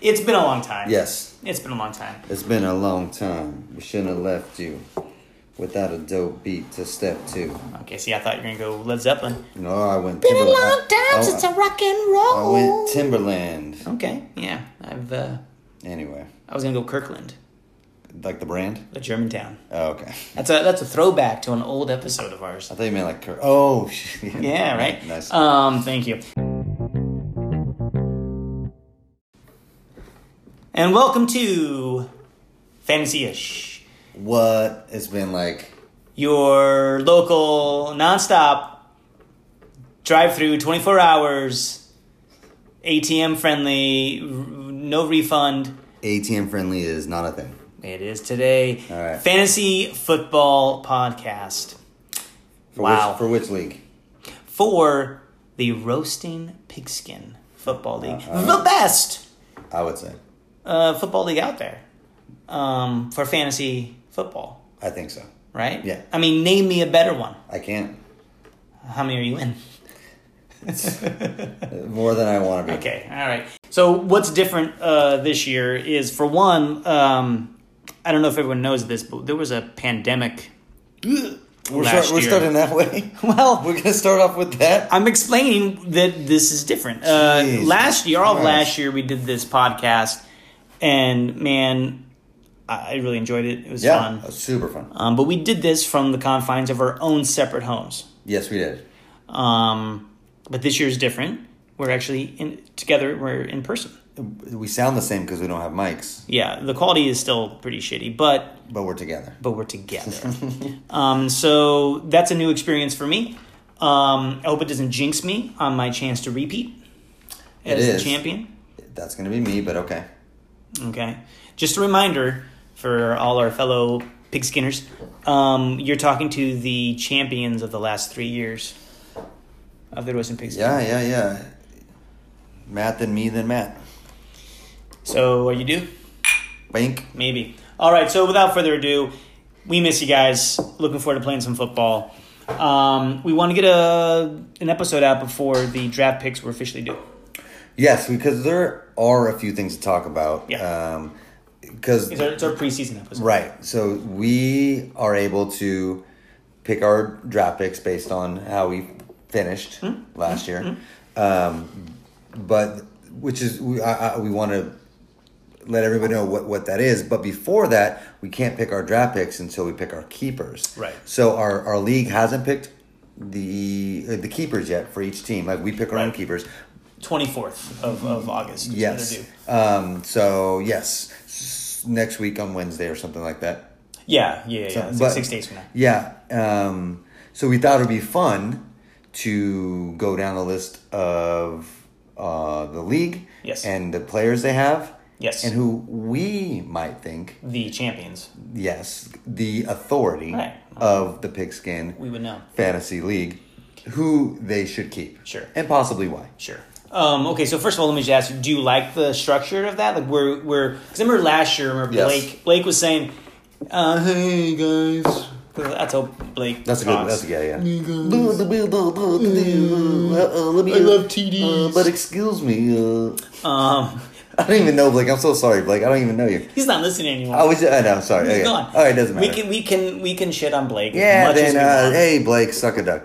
It's been a long time. Yes, It's been a long time. it's been a long time. We shouldn't have left you without a dope beat to step to. Okay, see, I thought you were going to go Led Zeppelin. No, I went. Been Timberland. I, I, rock and I went Timberland. Okay, yeah. I've, uh, Anyway, I was going to go Kirkland, like the brand. the Germantown. Oh, okay. That's a, that's a throwback to an old episode of ours. I thought you meant like. Cur- oh, shit. Yeah, right? Nice. Um, thank you. And welcome to Fantasy Ish, what it's been like. your local nonstop drive through 24 hours, ATM friendly, r- no refund. ATM friendly is not a thing. It is today. All right. Fantasy Football Podcast For Wow. Which, for which league? for the Roasting Pigskin Football League. the best I would say. uh, football league out there um, for fantasy football, I think so. right? Yeah. I mean, name me a better one. I can't. How many are you in? More than I want to be. Okay, all right. So what's different uh, this year is, for one, um, I don't know if everyone knows this, but there was a pandemic. We're, Last start, we're year. starting that way. Well, We're gonna start off with that. I'm explaining that this is different. Uh, Jeez. last year, all of Christ. last year, we did this podcast, and man, I I really enjoyed it. It was Yeah, fun. uh, super fun. Um, but we did this from the confines of our own separate homes. Yes, we did. Um, but this year's different. We're actually in, together. We're in person. We sound the same because we don't have mics, Yeah, the quality is still pretty shitty, but but we're together. but we're together. um, so that's a new experience for me. Um, I hope it doesn't jinx me on my chance to repeat It as is. the champion. That's gonna be me, but okay. Okay. Just a reminder for all our fellow pig skinners, um, you're talking to the champions of the last three years of the Rosen Pigskin. Yeah, yeah, yeah. Matt than me than Matt. So are you due? Bank. Maybe. All right. So without further ado, we miss you guys. Looking forward to playing some football. Um, we want to get a an episode out before the draft picks were officially due. Yes, because there are a few things to talk about. Yeah. Um, because It's our, it's our preseason episode. Right. So we are able to pick our draft picks based on how we finished Hmm? last year, Um, but which is we I, I, we want to let everybody know what what that is. But before that, we can't pick our draft picks until we pick our keepers. Right. So our our league hasn't picked the uh, the keepers yet for each team. Like we pick our own Right. keepers. Twenty fourth of, of August. is when Yes. they're due. Um. So yes, s- next week on Wednesday or something like that. Yeah. Yeah. yeah, yeah. It's like But- six days from now. Yeah. Um, so we thought it would be fun to go down the list of uh, the league Yes. and the players they have. Yes. And who we might think, The champions. yes, the authority Right. of the pigskin We would know. fantasy league, who they should keep. Sure. And possibly why. Sure. Um, okay, so first of all, let me just ask you: Do you like the structure of that? Like, we're we're because I remember last year, I remember Yes. Blake Blake was saying, uh, "Hey guys," that's how Blake. That's a good. talks. That's a yeah, yeah. Mm. I love TDs, Uh, but excuse me. Uh, Um, I don't even know, Blake. I'm so sorry, Blake. I don't even know you. he's not listening anymore. I was. I know. Sorry. Okay. He's gone. All right. Doesn't matter. We can we can we can shit on Blake. yeah. As much then. as Uh, we want. hey, Blake. Suck a duck.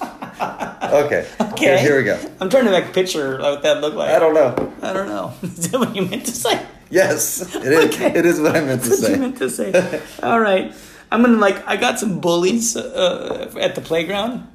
okay. Here, Okay. here we go. I'm trying to make a picture of what that looked like. I don't know. I don't know. Is that what you meant to say? Yes, it is. Okay. It is what I meant to That's what you say. meant to say. All right. I'm gonna like. I got some bullies uh, at the playground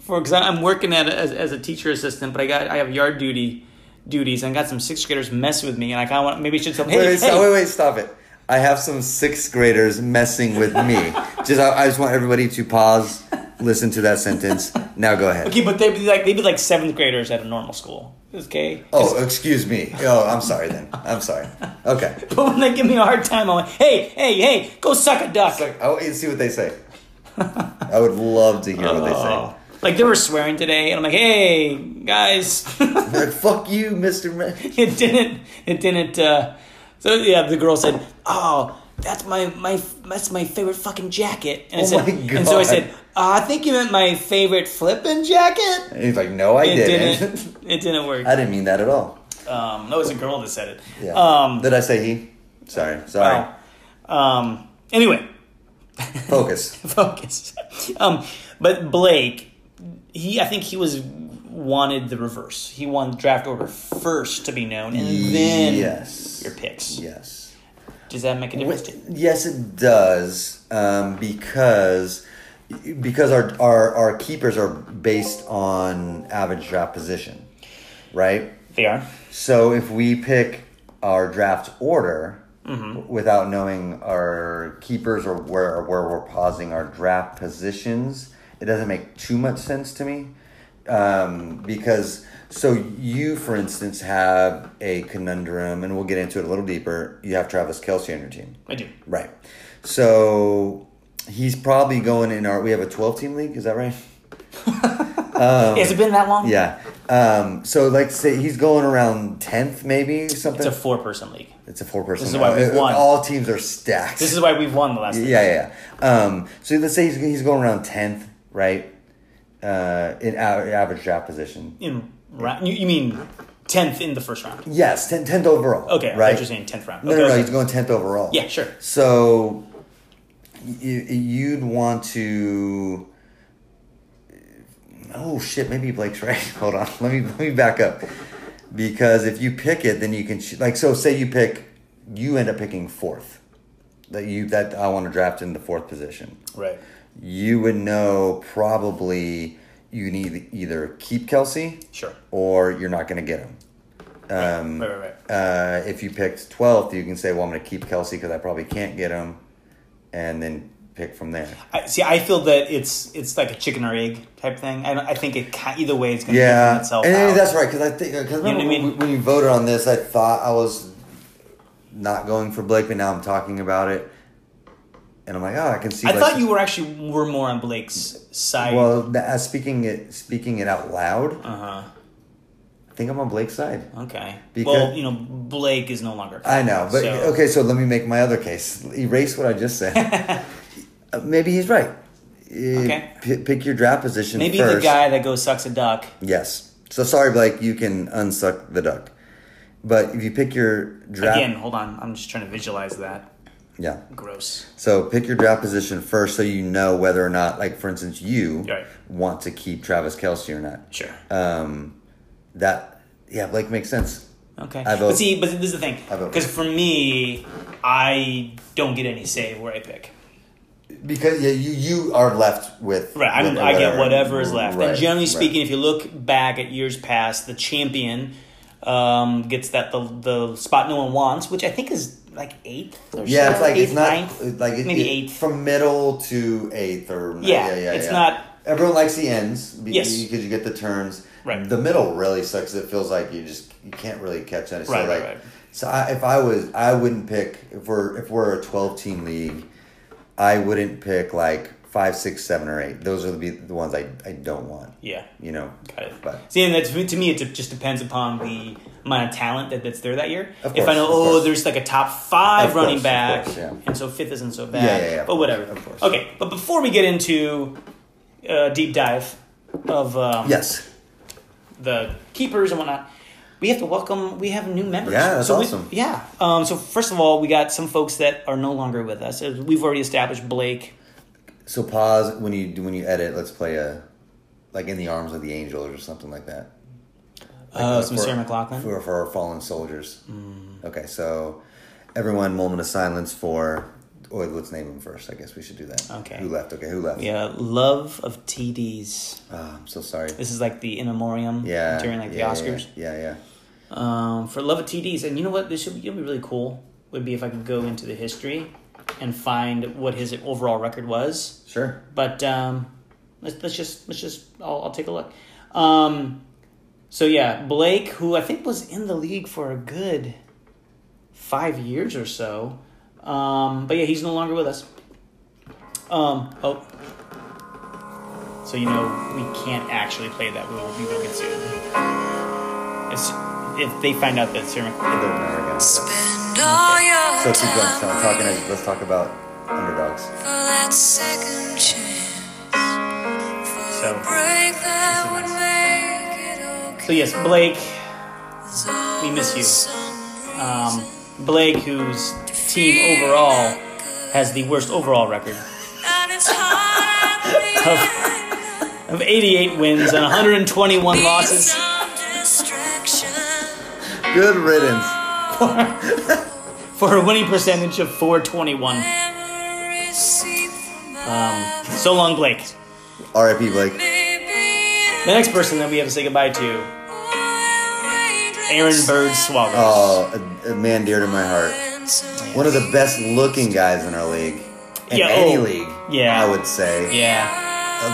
for because I'm working at a, as, as a teacher assistant, but I got I have yard duty duties. And I got some sixth graders messing with me, and I kind of want maybe I should tell them, Wait, hey, wait, hey, stop, wait, wait, stop it. I have some sixth graders messing with me. just, I, I just want everybody to pause, listen to that sentence. Now go ahead. Okay, but they'd be like they'd be like seventh graders at a normal school. Okay. Oh, excuse me. Oh, I'm sorry then. I'm sorry. Okay. But when they give me a hard time, I'm like, hey, hey, hey, go suck a duck. Like, I want you to see what they say. I would love to hear what they say. Oh. Like they were swearing today, and I'm like, hey, guys. Like, fuck you, Mr. Ma- it didn't it didn't uh so yeah the girl said oh that's my my that's my favorite fucking jacket and, I Oh said, my and so i God. said uh, i think you meant my favorite flippin' jacket And he's like, no, I it didn't. didn't it didn't work I didn't mean that at all. Um, no, it was a girl that said it. Yeah. Um, Did I say he? Sorry. Sorry. wow. Um, anyway, Focus. focus. Um, but Blake, he I think he was wanted the reverse. He wanted draft order first to be known, and then yes. your picks. Yes. Does that make a difference? to you? Yes, it does um, because because our, our our keepers are based on average draft position, right? They are. So if we pick our draft order w- without knowing our keepers or where where we're pausing our draft positions, it doesn't make too much sense to me. Um, because so you, for instance, have a conundrum, and we'll get into it a little deeper. You have Travis Kelsey on your team. I do. Right. So he's probably going in our. We have a twelve team league. Is that right? Has it been that long? Yeah. Um, so like say he's going around tenth, maybe something. It's a four-person league. four person. This is why we've won. All teams are stacked. This is why we've won the last. yeah, yeah. yeah. Um, so let's say he's, he's going around tenth, right? Uh, in a- average draft position. In round, you, you mean tenth in the first round? Yes, 10th overall. Okay, I right. thought you were saying tenth round. No, okay, no, no. okay. He's going tenth overall. Yeah, sure. So you, you'd want to. Oh shit! Maybe Blake's right. Hold on. Let me let me back up because if you pick it, then you can ch- like so. Say you pick, you end up picking fourth. That you that I want to draft in the fourth position. Right. You would know probably you need either keep Kelsey Sure. or you're not going to get him Um, right, right, right. uh, if you picked 12th, you can say, well, I'm going to keep Kelsey because I probably can't get him, and then pick from there. I, see, I feel that it's it's like a chicken or egg type thing. I, don't- I think it ca- either way is going to Yeah, itself and out. that's right because I think because know what I remember mean? when- when you voted on this, I thought I was not going for Blake, but now I'm talking about it, and I'm like, oh, I can see. I like, thought you were actually were more on Blake's side. Well, th- uh, speaking it speaking it out loud, uh I think I'm on Blake's side. huh. Okay. Because- well, you know, Blake is no longer. I know, but So- okay. So let me make my other case. Erase what I just said. Uh, Maybe he's right. Okay. Okay. pick your draft position. Maybe the first. guy that goes sucks a duck. Yes. So sorry, Blake. You can unsuck the duck, but if you pick your draft, Again, hold on. I'm just trying to visualize that. yeah. Gross. So pick your draft position first, so you know whether or not, like for instance, you Right. want to keep Travis Kelsey or not. Sure. Um, that yeah, Blake makes sense. Okay. I vote- But see, but this is the thing. I vote- Because for me, I don't get any say where I pick. Because yeah, you you are left with Right, I, with I get whatever is left. Right, and generally right. speaking, if you look back at years past, the champion um, gets that the the spot no one wants, which I think is like eighth or Yeah, it's something, like eighth, it's not ninth, it's like it, maybe it- eighth. from middle to eighth or Yeah, it's not- Everyone likes the ends be- Yes. because you get the turns. Right. The middle really sucks. It feels like you just you can't really catch any. So Right, right, like, right. So I, if I was, I wouldn't pick if we're if we're a twelve team league, I wouldn't pick like five, six, seven, or eight. Those are the be the ones I I don't want. yeah, You know. got it. But See, and that's to me, it just depends upon the amount of talent that, that's there that year. Of if I course, know, of oh, course. there's like a top five Of course, running of back, course, yeah. and so fifth isn't so bad. Yeah, yeah, yeah, of but course, whatever. of course. Okay, but before we get into uh, deep dive of um, yes, the keepers and whatnot. We have to welcome. We have new members. Yeah, that's so we- awesome. yeah. Um, so first of all, we got some folks that are no longer with us. As We've already established Blake. so pause when you do when you edit. Let's play a like in the arms of the angels or something like that. Uh, uh, some for- Sarah Mm. McLaughlin. for, for our fallen soldiers. Okay, so everyone, moment of silence for. Or let's name them first. I guess we should do that. Okay. Who left? Okay, who left? yeah, love of TDs. Ah, I'm so sorry. This is like the in memoriam Yeah. during like the yeah, Oscars. Yeah, yeah. yeah. Um, for love of TDs, and you know what? This should be, it'd be really cool. Would be if I could go into the history and find what his overall record was. Sure. But um, let's let's just let's just I'll, I'll take a look. Um, so yeah, Blake, who I think was in the league for a good five years or so, um, but yeah, he's no longer with us. Um, oh, so you know we can't actually play that. We will we will get sued. It's, if they find out that Sarah McLaughlin- They're not gonna- So Spend all your keep going. time So I'm talking. Let's talk about underdogs. for that second chance. For So- a break that would make it So okay. yes, Blake, So we miss you. Um, Blake, whose team overall has the worst overall record of 88 wins and 121 losses. Good riddance. for a winning percentage of 421. Um, so long, Blake. R.I.P. Blake. The next person that we have to say goodbye to, Aaron Bird Swallows. Oh, a, a man dear to my heart. One of the best looking guys in our league. In Yeah, any oh, league, yeah. I would say. Yeah,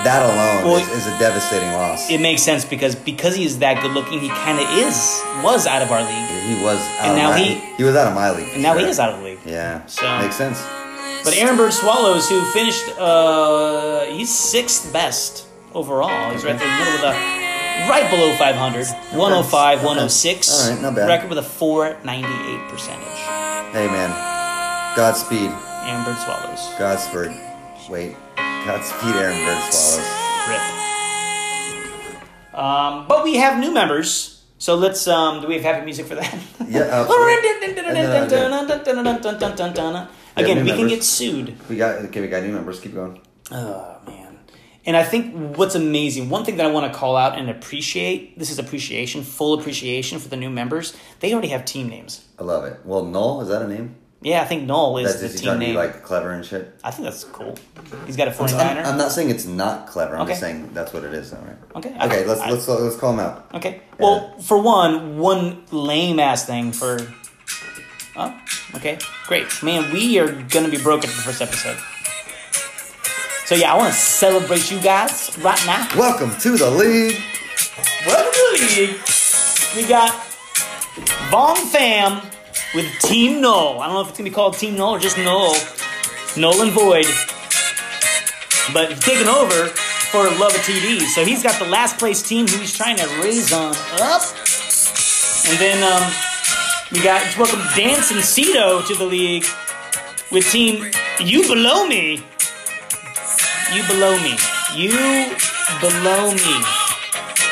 That alone Well, is, is a devastating loss. it makes sense because because he is that good looking, he kind of is was out of our league, he was out And of now my, he- he was out of my league. and now he is out of the league. Yeah. So- Makes sense. But Aaron Bird Swallows, who finished, uh, he's sixth best overall. He's right there in the middle of the. Right below 500, 105, Okay. 106. All right, not bad. Record with a 498 percentage. Hey man. Godspeed. Aaron Bird Swallows. Godspeed. Wait. Godspeed Aaron Bird Swallows. Rip. Um, but we have new members, so let's. Um, do we have happy music for that? Yeah, uh, Again, we can members. get sued. We got okay, we got new members. Keep going. Oh man! And I think what's amazing, one thing that I want to call out and appreciate. This is appreciation, full appreciation for the new members. They already have team names. I love it. Well, Null, is that a name? Yeah, I think Noel is That's the just team trying to be name. like clever and shit. I think that's cool. He's got a I'm, 49er. I'm not saying it's not clever. I'm just Okay. saying that's what it is, though, right? Okay, I- Okay. Let's I- let's let's call him out. Okay. Well, for one, one lame ass thing for. Oh, okay. Great. Man, we are going to be broke after the first episode. So, yeah, I want to celebrate you guys right now. Welcome to the league. Welcome to the league. We got Von Fam with Team Null. I don't know if it's going to be called Team Null or just Null. Null and Void. But he's taking over for Love of TV. So he's got the last place team who he's trying to raise on up. And then um, we got welcome Dance and Cito to the league with Team You Below Me. You Below Me. You Below Me.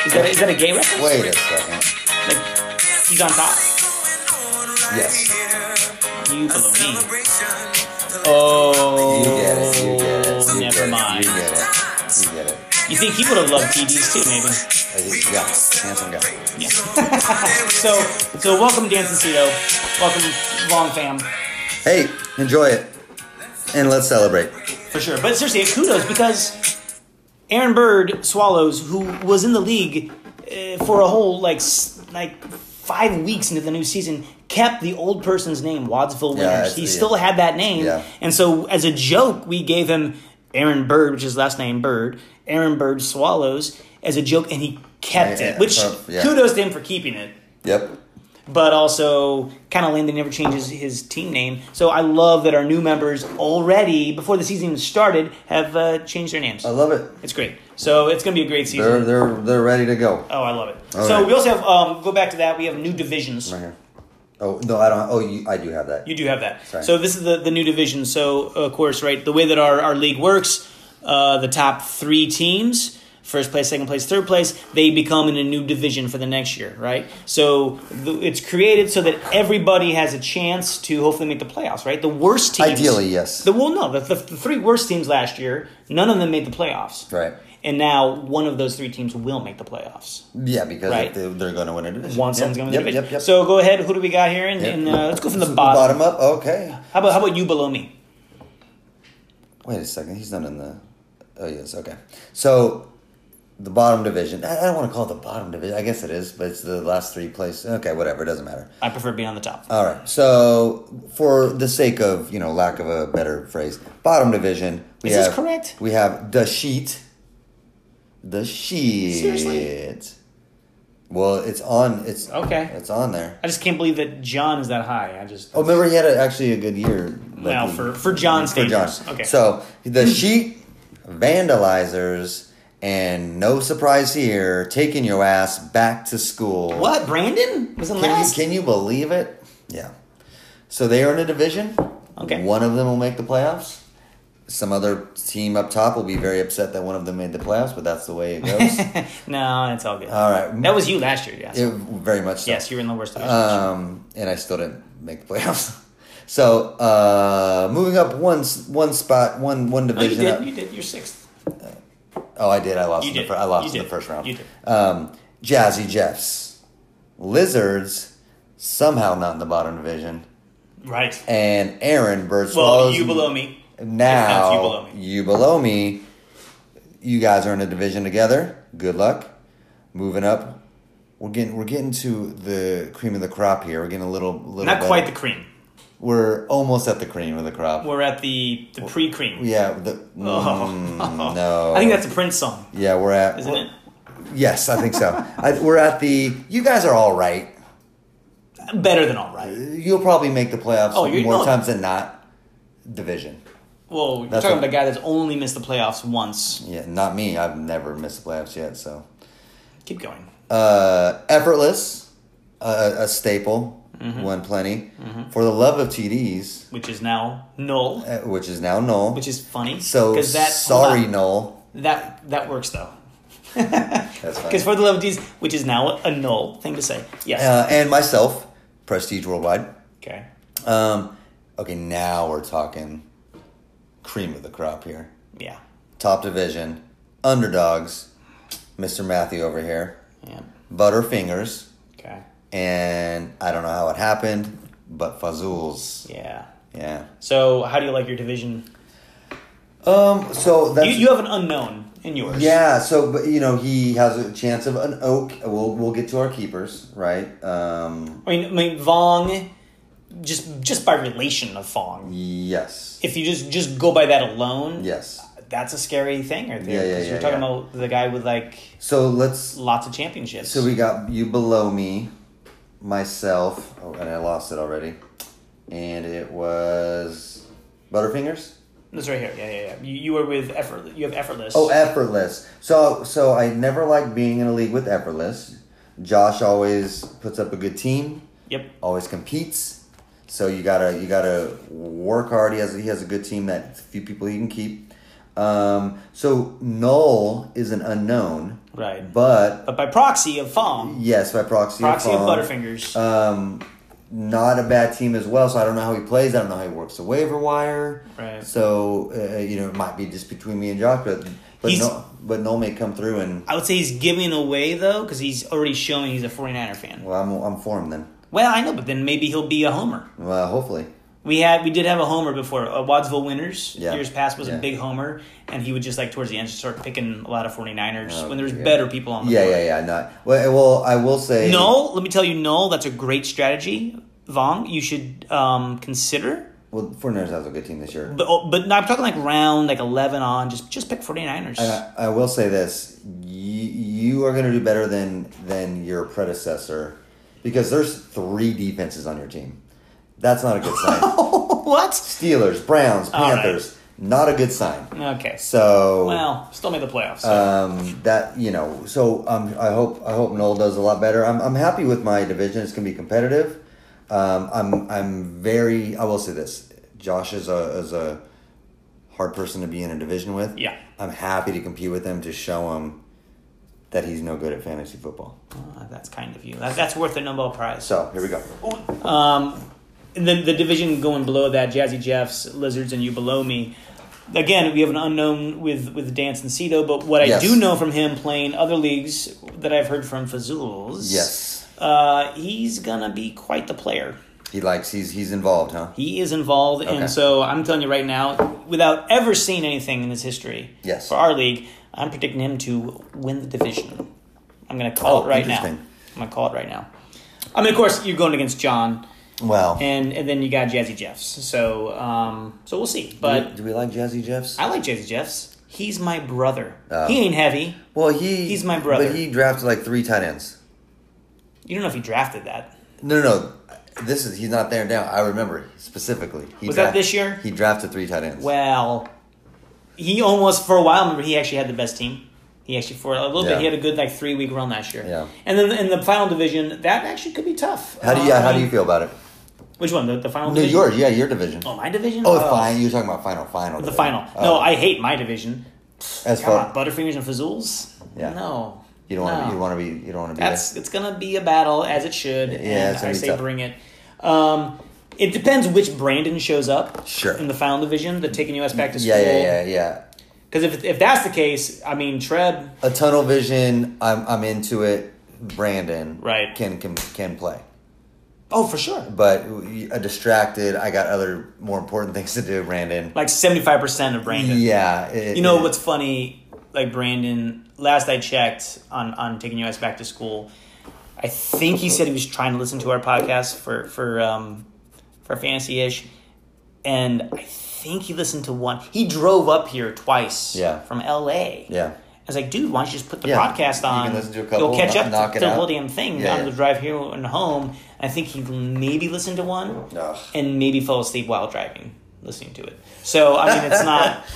Is that, is that a gay reference? Wait a second. Like, he's on top. Yes. You below me. Oh. You get it. You get it. You Never get it, mind. You get it. You get it. You think he would have loved TDs too, maybe? Uh, Yeah. Handsome guy. Yeah. so, so welcome Dancing Cito. Welcome Long Fam. Hey, enjoy it, and let's celebrate. For sure. But seriously, kudos because Aaron Bird Swallows, who was in the league uh, for a whole, like, s- like five weeks into the new season, kept the old person's name, Wadsville Yeah, Winners. I he see. still had that name. Yeah. And so, as a joke, we gave him Aaron Bird, which is his last name Bird, Aaron Bird Swallows, as a joke, and he kept Yeah, it, which uh, yeah. kudos to him for keeping it Yep. but also kind of lame that he never changes his team name. So I love that our new members already, before the season even started, have uh, changed their names. I love it. It's great. So it's going to be a great season. They're they're they're ready to go. oh, I love it. All so right. we also have, um, go back to that, we have new divisions. Right here. Oh no, I don't. Oh, you, I do have that. You do have that. Sorry. So this is the, the new division. So, of course, right, the way that our, our league works, uh, the top three teams, first place, second place, third place, they become in a new division for the next year, right? So the, it's created so that everybody has a chance to hopefully make the playoffs, right? The worst teams. Ideally, yes. The, well, no, the, the, the three worst teams last year, none of them made the playoffs. Right. And now one of those three teams will make the playoffs. Yeah, because Right. they, they're going to win a division. One Yep, someone's going to yep, the division. Yep, yep. So go ahead. Who do we got here? And, Yep. and uh, let's go from the So bottom. up. Okay. How about how about you below me? Wait a second. He's not in the. Oh, yes. Okay. So, the bottom division. I, I don't want to call it the bottom division. I guess it is, but it's the last three place. Okay, whatever. It doesn't matter. I prefer being on the top. All right. So, for the sake of you know lack of a better phrase, bottom division. We Is this have- correct? We have the sheet. The sheet. Seriously? Well, it's on. It's Okay. It's on there. I just can't believe that John is that high. I just Oh, remember he had a, actually a good year. Well, he- for- for John for John. standards. Okay. So the sheet vandalizers and no surprise here, taking your ass back to school. what Brandon was in Can you, last. can you believe it? Yeah. So they are in a division. Okay. One of them will make the playoffs. some other team up top will be very upset that one of them made the playoffs, but that's the way it goes. no, it's all good. All right. That was you last year, yes. Um, It, very much so. yes, you were in the worst division. Um, and I still didn't make the playoffs. So uh, moving up one s- one spot, one one no, you division. did. up. You did. You're sixth. Oh, I did. I lost. You in the did. fir- I lost You in the did. first round. You did. Um, Jazzy Jeffs, Lizards, somehow not in the bottom division, Right. and Aaron Birdswell. Well, is- you below me. Now If not, you below me. you below me. You guys are in a division together. Good luck. Moving up. We're getting we're getting to the cream of the crop here. We're getting a little little Not better. quite the cream. We're almost at the cream of the crop. We're at the the pre-cream. yeah, the, mm, no. I think that's a Prince song, yeah. We're at isn't it? yes, I think so. I, we're at the. You guys are all right. Better than all right. You'll probably make the playoffs Oh, you're- more oh. times than not. Division. Well, you're That's talking what- about a guy that's only missed the playoffs once. Yeah, not me. I've never missed the playoffs yet. So Keep going. uh, effortless, uh, a staple, Mm-hmm. won plenty for the love of TDs, Which is now null, uh, which is now null. which is funny. so because that hold sorry, on. null. that that works though. That's fine. Because for the love of D's, which is now a null thing to say. Yes. Uh, and myself, Prestige Worldwide. okay. Um, okay, now we're talking cream of the crop here. Yeah. Top division, underdogs, Mr. Matthew over here, Yeah. Butterfingers, Okay. and I don't know how it happened, but Fazul's. Yeah. Yeah. So, how do you like your division? Um. So that's You, you have an unknown in yours. Yeah, so but you know he has a chance of an oak. We'll we'll get to our keepers, right? Um, I mean, I mean Vong, just just by relation of Vong. yes, If you just just go by that alone, yes. that's a scary thing right there. Yeah, yeah, 'cause yeah, You're talking yeah. about the guy with like So let's. lots of championships. So we got you below me, myself, oh, and I lost it already. And it was Butterfingers. That's right here. Yeah, yeah, yeah. You, you were with effort. You have effortless. Oh, effortless. So so I never like being in a league with effortless. Josh always puts up a good team. yep. always competes. So you gotta you gotta work hard. He has he has a good team that few people he can keep. Um, so Null is an unknown, Right. But, but by proxy of Fong, yes, by proxy, proxy of Fong, Butterfingers. Um, not a bad team as well. So I don't know how he plays. I don't know how he works the waiver wire. Right. So uh, you know it might be just between me and Josh, but but He's- Null, but Null may come through and I would say he's giving away though because he's already showing he's a 49er fan. well I'm I'm for him then. Well, I know, but then maybe he'll be a homer. Well, hopefully. We had we did have a homer before. Uh, Wadsville Winners Yeah. years past was Yeah. a big homer, and he would just like towards the end just start picking a lot of 49ers Oh, when there's yeah. better people on the Yeah, board. yeah, yeah. Not well. Well, I will say Null, let me tell you, Null, that's a great strategy. Vong, you should um, consider. Well, 49ers has a good team this year. But, oh, but no, I'm talking like round, like 11 on. Just just pick 49ers. And I, I will say this: you, you are going to do better than than your predecessor because there's three defenses on your team. That's not a good sign. what? Steelers, Browns, All right. Panthers, not a good sign. Okay. So Well, still made the playoffs. so. um, that you know, so um, I hope I hope Noel does a lot better. I'm I'm happy with my division. It's going to be competitive. Um, I'm I'm very. I will say this: Josh is a is a hard person to be in a division with. Yeah. I'm happy to compete with him to show him that he's no good at fantasy football. Uh, that's kind of you. That, that's worth a Nobel Prize. So here we go. Um, and then the division going below that, Jazzy Jeffs, Lizards, and you below me. Again, we have an unknown with with Dance and Cito, but what I Yes. do know from him playing other leagues that I've heard from Fazul's, Yes, uh, he's gonna be quite the player. he likes. He's he's involved, huh? He is involved, Okay. and so I'm telling you right now, without ever seeing anything in his history Yes. for our league, I'm predicting him to win the division. I'm going to call Oh, it right now. interesting. I'm going to call it right now. I mean, of course, you're going against John, Well, and and then you got Jazzy Jeffs. So um, so we'll see. But do we like Jazzy Jeffs? I like Jazzy Jeffs. He's my brother. Oh. He ain't heavy. well, he He's my brother. but he drafted like three tight ends. You don't know if he drafted that. No, no, no. This is he's not there now. I remember specifically. He Was that this year? He drafted three tight ends. Well, he almost for a while. Remember, he actually had the best team. He actually for a little Yeah. bit. He had a good like three week run last year. Yeah. And then in the final division, that actually could be tough. how do you Uh, I how do mean, you feel about it? Which one? The, the final No, division? yours. Yeah, your division. Oh, my division? Oh, the fine. You're talking about final, final. The division. final. Oh. No, I hate my division. As Come on, far Butterfingers and Fazools? Yeah. No. you don't want No. to. You want to be. You don't want to be. That's it's gonna be a battle as it should. and it's gonna I be say tough. bring it. Um, it depends which Brandon shows up. Sure. In the final division, the taking us back to school. there. Yeah, yeah, yeah, yeah. Because if if that's the case, I mean Treb. A tunnel vision. I'm. I'm into it. Brandon. Right. Can can can play. Oh, for sure. But a distracted. I got other more important things to do. Brandon. Like seventy five percent of Brandon. Yeah. it- You know it- what's funny? Like Brandon, last I checked on on taking you guys back to school, I think he said he was trying to listen to our podcast for for um for fantasy ish, and I think he listened to one. He drove up here twice. Yeah. from L.A. Yeah. I was like, dude, why don't you just put the Yeah. podcast You on? can listen to a couple, go catch kno- up knock to it the out. whole damn thing Yeah, on yeah. the drive here and home. I think he maybe listened to one Ugh. and maybe fell asleep while driving, listening to it. So I mean, it's not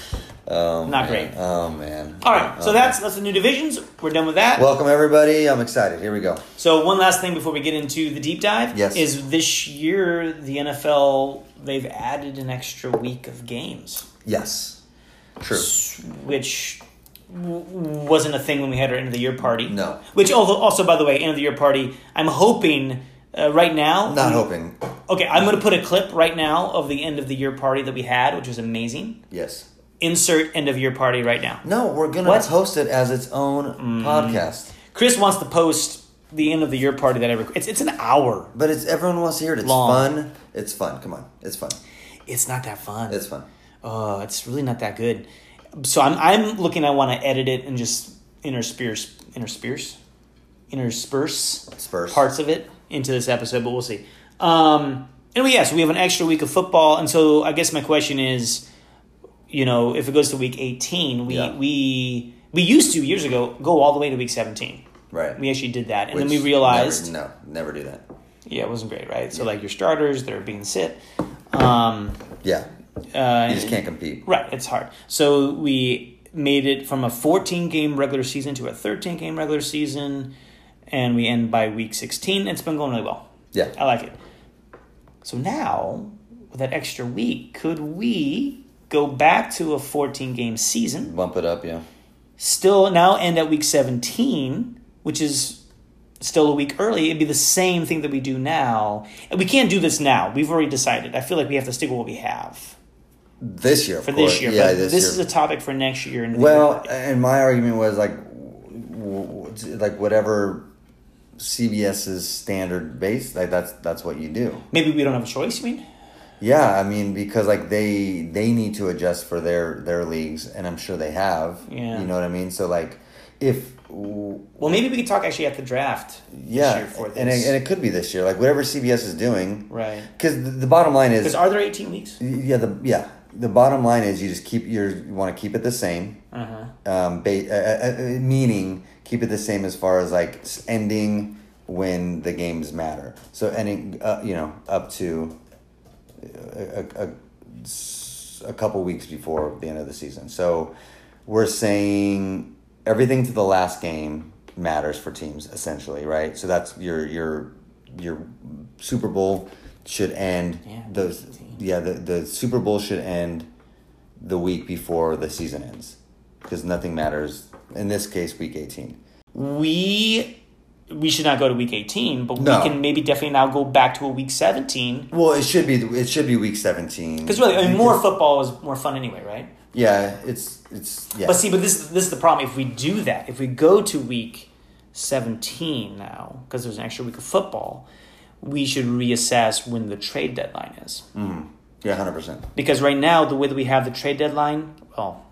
Oh, not man. great. Oh man. all right. So Oh, that's that's the new divisions. We're done with that. Welcome everybody. I'm excited. Here we go. so one last thing before we get into the deep dive Yes. is this year the NFL they've added an extra week of games, Yes. True. which w- wasn't a thing when we had our end of the year party. No. Which also, also by the way, end of the year party. I'm hoping uh, right now. Not hoping. Okay, I'm going to put a clip right now of the end of the year party that we had, which was amazing. Yes. Insert end of year party right now. No, we're gonna What? Mm. post it as its own podcast. Chris wants to post the end of the year party that I rec- it's it's an hour. But it's everyone wants to hear it. It's Long. fun. It's fun. Come on. It's fun. It's not that fun. It's fun. uh, it's really not that good. So I'm I'm looking. I want to edit it and just intersperse intersperse intersperse Spurs. parts of it into this episode, but we'll see. Um, anyway, yeah, so we have an extra week of football, and so I guess my question is, you know, if it goes to week eighteen, we Yeah. we we used to years ago go all the way to week seventeen. Right. We actually did that, and then Which we realized, Never, no, never do that. yeah, it wasn't great, right? So like your starters, they're being sit. Um, Yeah. uh, You just can't compete. Right, it's hard. So we made it from a 14 game regular season to a 13 game regular season, and we end by week 16. It's been going really well. I Yeah. like it. So now, with that extra week, could we go back to a 14 game season? Bump it up, yeah. Still now end at week 17, which is still a week early. It'd be the same thing that we do now. And we can't do this now. We've already decided. I feel like we have to stick with what we have This year, of for this course. year. Yeah, but this, this, year. is a topic for next year. And Well, and my argument was like, w- w- like whatever CBS's standard base, like that's that's what you do. maybe we don't have a choice. You mean? Yeah, I mean because like they they need to adjust for their their leagues, and I'm sure they have. Yeah. you know what I mean. So like, if w- Well, maybe we could talk actually at the draft. yeah, This year for this. and it, and it could be this year, like whatever CBS is doing, Right. Because the, the bottom line is, Because are there eighteen weeks? yeah, the yeah. The bottom line is you just keep your you want to keep it the same, um, ba- uh, uh, uh, meaning keep it the same as far as like s- ending when the games matter. So ending, uh, you know, up to a, a- a s- a couple weeks before the end of the season. So we're saying everything to the last game matters for teams essentially, right? So that's your your your Super Bowl should end Yeah, those yeah, the, the Super Bowl should end the week before the season ends because nothing matters in this case week 18. We we should not go to week eighteen, but No. we can maybe definitely now go back to a week seventeen. Well, it should be it should be week 17. Because really, I mean, more football is more fun anyway, right? Yeah, it's it's yeah. But see, but this this is the problem. If we do that, if we go to week seventeen now, because there's an extra week of football, we should reassess when the trade deadline is. Mm. yeah, 100%. because right now the way that we have the trade deadline well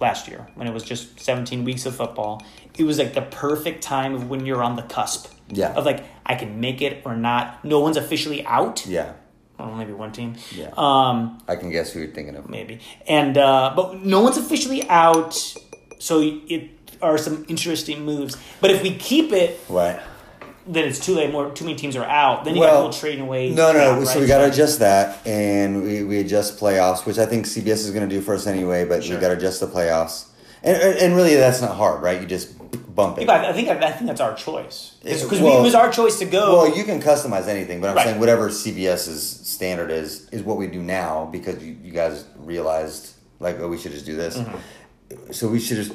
last year when it was just 17 weeks of football it was like the perfect time of when you're on the cusp Yeah. of like i can make it or not no one's officially out Yeah. well, maybe one team Yeah. um I can guess who you're thinking of. maybe and uh but no one's officially out so it are some interesting moves but if we keep it Right. then it's too late more too many teams are out then you got Well, people trading away No, no. Yeah, So we right? got to adjust that, and we, we adjust playoffs, which I think CBS is going to do for us anyway. But we got to adjust the playoffs, and and and really that's not hard, right? You just bump it. Yeah, but I think I think that's our choice It's- because well- it was our choice to go. Well, you can customize anything, but I'm Right. saying whatever CBS's standard is is what we do now because you, you guys realized like oh we should just do this, so we should just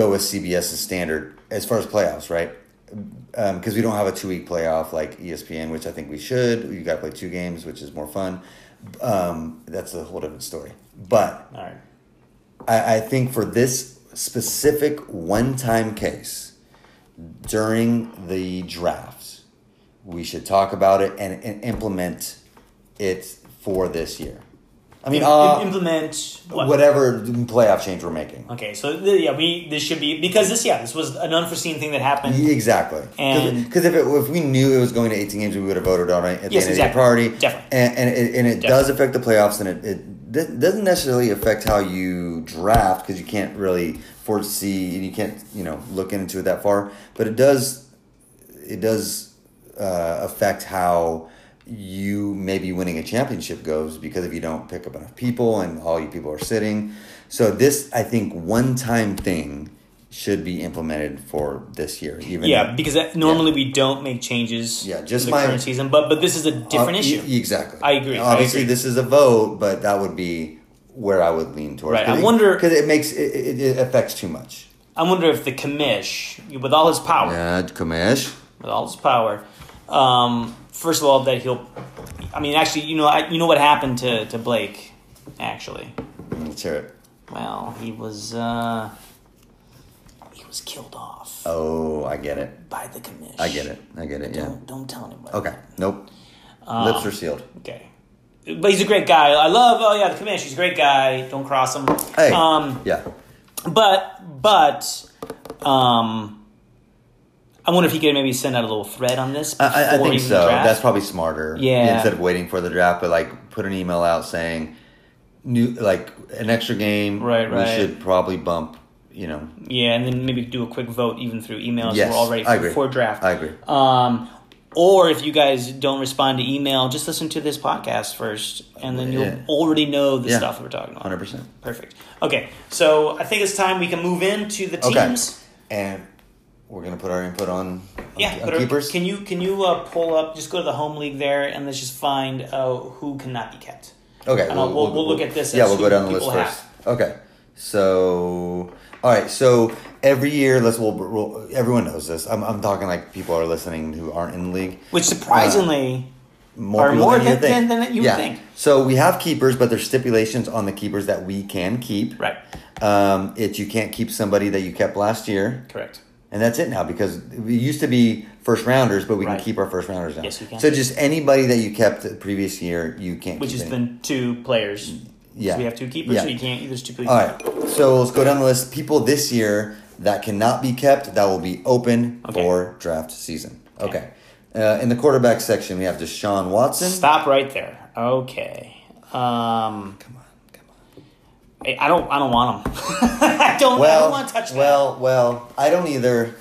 go with CBS's standard as far as playoffs, right? Because we don't have a two week playoff like E ESPN, which I think we should. You got to play two games, which is more fun. Um, that's a whole different story. But All right. I, I think for this specific one time case during the draft, we should talk about it and, and implement it for this year. I mean, Im- uh, im- implement what? whatever playoff change we're making. Okay, so th- yeah, we this should be because this yeah this was an unforeseen thing that happened. Exactly. And- Because if, it- if we knew it was going to 18 games, we would have voted on it Yes, at the end of the exactly. priority. Definitely. And, and it, and it Definitely. does affect the playoffs, and it, it do- doesn't necessarily affect how you draft because you can't really foresee and you can't you know look into it that far. But it does it does uh, affect how you maybe winning a championship goes because if you don't pick up enough people and all you people are sitting. So this, I think, one time thing should be implemented for this year. Even Yeah, because that, normally we don't make changes. Yeah, just in the my- current season, but but this is a different Uh, issue. e- exactly. I agree, I Obviously, agree. this is a vote, but that would be where I would lean towards. Right, I wonder- because it makes it, it, it affects too much. I wonder if the commish, with all his power, Yeah, Kamesh. with all his power, um, first of all, that he'll. I mean, actually, you know, I, you know what happened to to Blake, actually. Let's hear it. Well, he was uh, he was killed off Oh, I get it. by the commish. I get it. I get it. Yeah. Don't, Um, don't tell anybody. Okay. Nope. Lips are sealed. Okay. But he's a great guy. I love. Oh yeah, the commish. He's a great guy. Don't cross him. Hey. Um, yeah. But but um I wonder if he could maybe send out a little thread on this before I, I think even the so. draft. That's probably smarter. Yeah. Instead of waiting for the draft, but like put an email out saying, new like an extra game. Right, We right. should probably bump. You know. yeah, and then maybe do a quick vote even through emails Yes. we're all ready for, I agree. for draft. I agree. Um or if you guys don't respond to email, just listen to this podcast first and then you'll Yeah. already know the Yeah. stuff that we're talking about. Hundred percent. Perfect. Okay. So I think it's time we can move into the Okay. teams. And we're gonna put our input on, on, Yeah, on but are- keepers. can you can you uh, pull up? Just go to the home league there, and let's just find uh, who cannot be kept. okay, and I'll- we'll- we'll look at this Yeah, as we'll who go down the list people first. Okay, so all right, so every year, let's we'll, we'll everyone knows this. I'm, I'm talking like people are listening who aren't in the league. Which surprisingly, more Are people more than you than- think. than- than you yeah. think. So we have keepers, but there's stipulations on the keepers that we can keep. right? Um, it you can't keep somebody that you kept last year, Correct. and that's it now because we used to be first rounders, but we Right. can keep our first rounders now. Yes, you can. So just anybody that you kept the previous year, you can't. Which keep has any- been two players. Yeah. So we have two keepers, Yeah. so you can't. There's two people. All right. So let's go down the list. People this year that cannot be kept that will be open Okay. for draft season. Okay. Uh, in the quarterback section, we have Deshaun Watson. Stop right there. Okay. Um, Come on, come on. I, I don't. I don't want them. I don't. I Well, don't want to touch. Well, well, well. I don't either,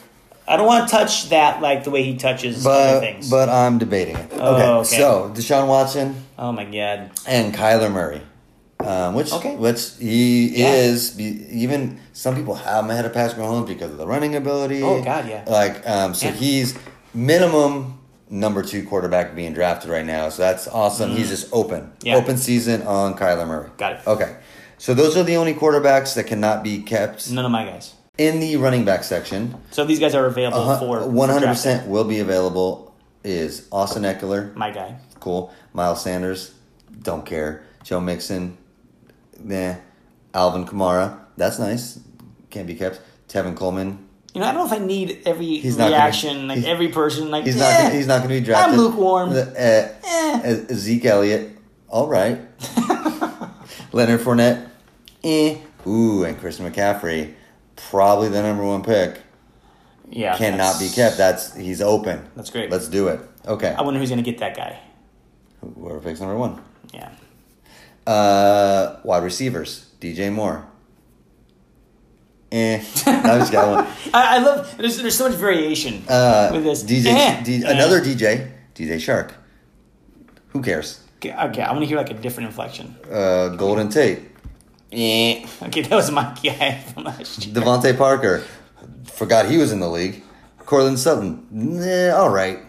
I don't want to touch that like the way he touches other but things. but I'm debating it. Okay, Oh, okay. so Deshaun Watson oh my god. and Kyler Murray, um, which Okay. which he Yeah. is be- even some people have him ahead of Patrick Mahomes because of the running ability. Oh, God, yeah. Like um, so Yeah. he's minimum number two quarterback being drafted right now. So that's awesome. He's just open, Mm. Yeah. open season on Kyler Murray. Got it. Okay. So those are the only quarterbacks that cannot be kept None of my guys. in the running back section. Uh, So these guys are available for for Uh-huh. One hundred drafting. percent will be available. Is Austin Eckler My guy. cool? Miles Sanders, don't care. Joe Mixon, nah. Alvin Kamara, that's nice. Can't be kept. Tevin Coleman, You know, I don't know if I need every He's not gonna- reaction, like he's- every person, like he's eh. not. He's not going to be drafted. I'm lukewarm. The- uh, Eh. uh, Zeke Elliott, all right. Leonard Fournette, eh. Ooh, and Christian McCaffrey, probably the number one pick. yeah, Cannot be that's- kept. That's he's open. That's great. Let's do it. Okay. I wonder who's gonna get that guy. Whoever picks number one. Yeah, Uh, wide receivers. DJ Moore. Eh, I just got one. I, I love. There's there's so much variation Uh, with this. DJ, Eh. D- Eh. another DJ, DJ Shark. Who cares? Okay, okay, I want to hear like a different inflection. Uh, Golden Tate. Eh. Okay, that was my guy from last year. Devontae Parker. forgot he was in the league. Corlin Sutton, nah, all right.